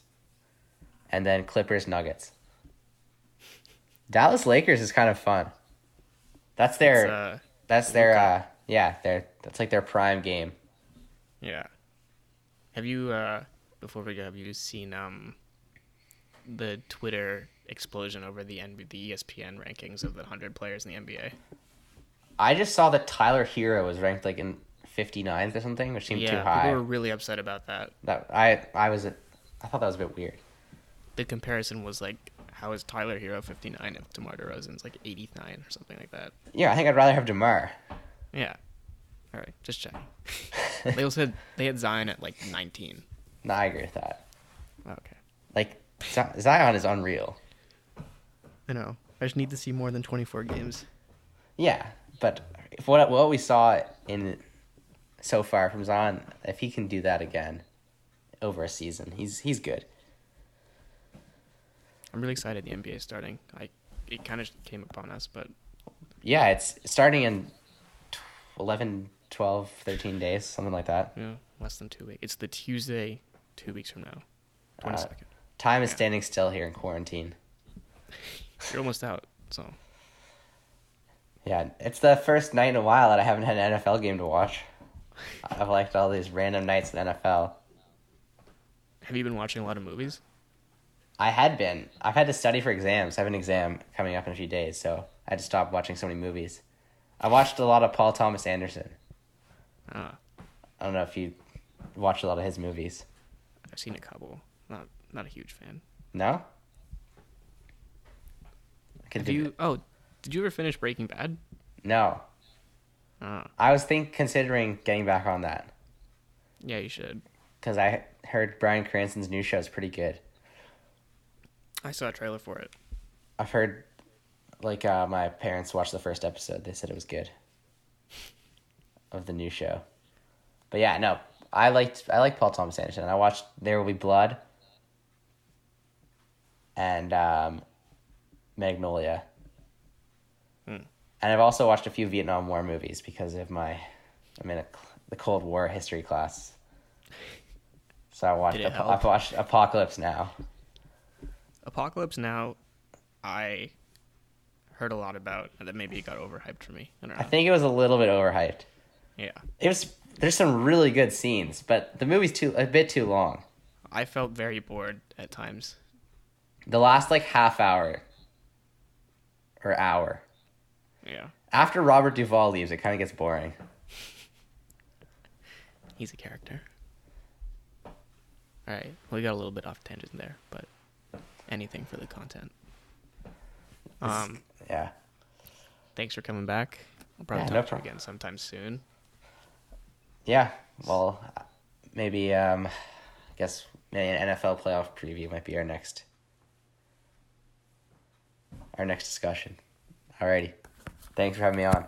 and then Clippers, Nuggets. Dallas Lakers is kind of fun. That's their.
It's, uh,
that's their. Uh, yeah, their. That's like their prime game.
yeah. Have you uh before we go, have you seen um the Twitter explosion over the NB- the E ESPN rankings of the hundred players in the NBA?
I just saw that Tyler Hero was ranked like in 59th or something, which seemed too
Yeah,
high.
people were really upset about that.
That I I was. I thought that was a bit weird.
The comparison was like, how is Tyler Hero fifty nine if DeMar DeRozan's like eighty nine or something like that?
Yeah, I think I'd rather have Demar.
Yeah. All right, just checking. they also had they had Zion at like nineteen.
no, I agree with that.
Oh, Okay.
Like Z- Zion is unreal.
I know. I just need to see more than 24 games.
Yeah, but if what what we saw in so far from Zion, if he can do that again over a season, he's he's good.
I'm really excited the NBA is starting. I it kind of came upon us, but
Yeah, it's starting in tw- 11, 12, 13 days, something like that.
you know, less than two weeks. It's the Tuesday, two weeks from now, 22nd.
Time is standing still here in quarantine.
You're almost out, so
Yeah, it's the first night in a while that I haven't had an NFL game to watch. I've liked all these random nights in NFL.
have you been watching a lot of movies?
I had been. I've had to study for exams. I have an exam coming up in a few days, so I had to stop watching so many movies. I watched a lot of Paul Thomas Anderson.
Ah,
I don't know if you watch a lot of his movies.
I've seen a couple. Not not a huge fan.
No? I could
Have
do-
you? Oh, did you ever finish Breaking Bad?
No.
Ah,
I was think considering getting back on that
yeah, you should.
because I heard Brian Cranston's new show is pretty good.
I saw a trailer for it.
I've heard, like, uh, my parents watched the first episode. They said it was good. Of the new show, but yeah, no, I liked I like Paul Thomas Anderson. I watched There Will Be Blood and um, Magnolia,
Hmm.
and I've also watched a few Vietnam War movies because of my I'm in a, cl- the Cold War history class. So I watched
Did it
Apo-
help?
I've watched Apocalypse Now.
Apocalypse Now, I heard a lot about, and that maybe it got overhyped for me. I don't know.
I think it was a little bit overhyped.
yeah.
it was there's some really good scenes, but the movie's too a bit too long.
I felt very bored at times.
The last like half hour or hour
Yeah.
after Robert Duvall leaves, it kind of gets boring.
He's a character. All right. Well, we got a little bit off tangent there, but anything for the content. Um,
Yeah,
thanks for coming back. We'll probably
Yeah,
talk
no
to
problem.
you again sometime soon.
yeah. Well, maybe um, I guess maybe an NFL playoff preview might be our next our next discussion. Alrighty. Thanks for having me on.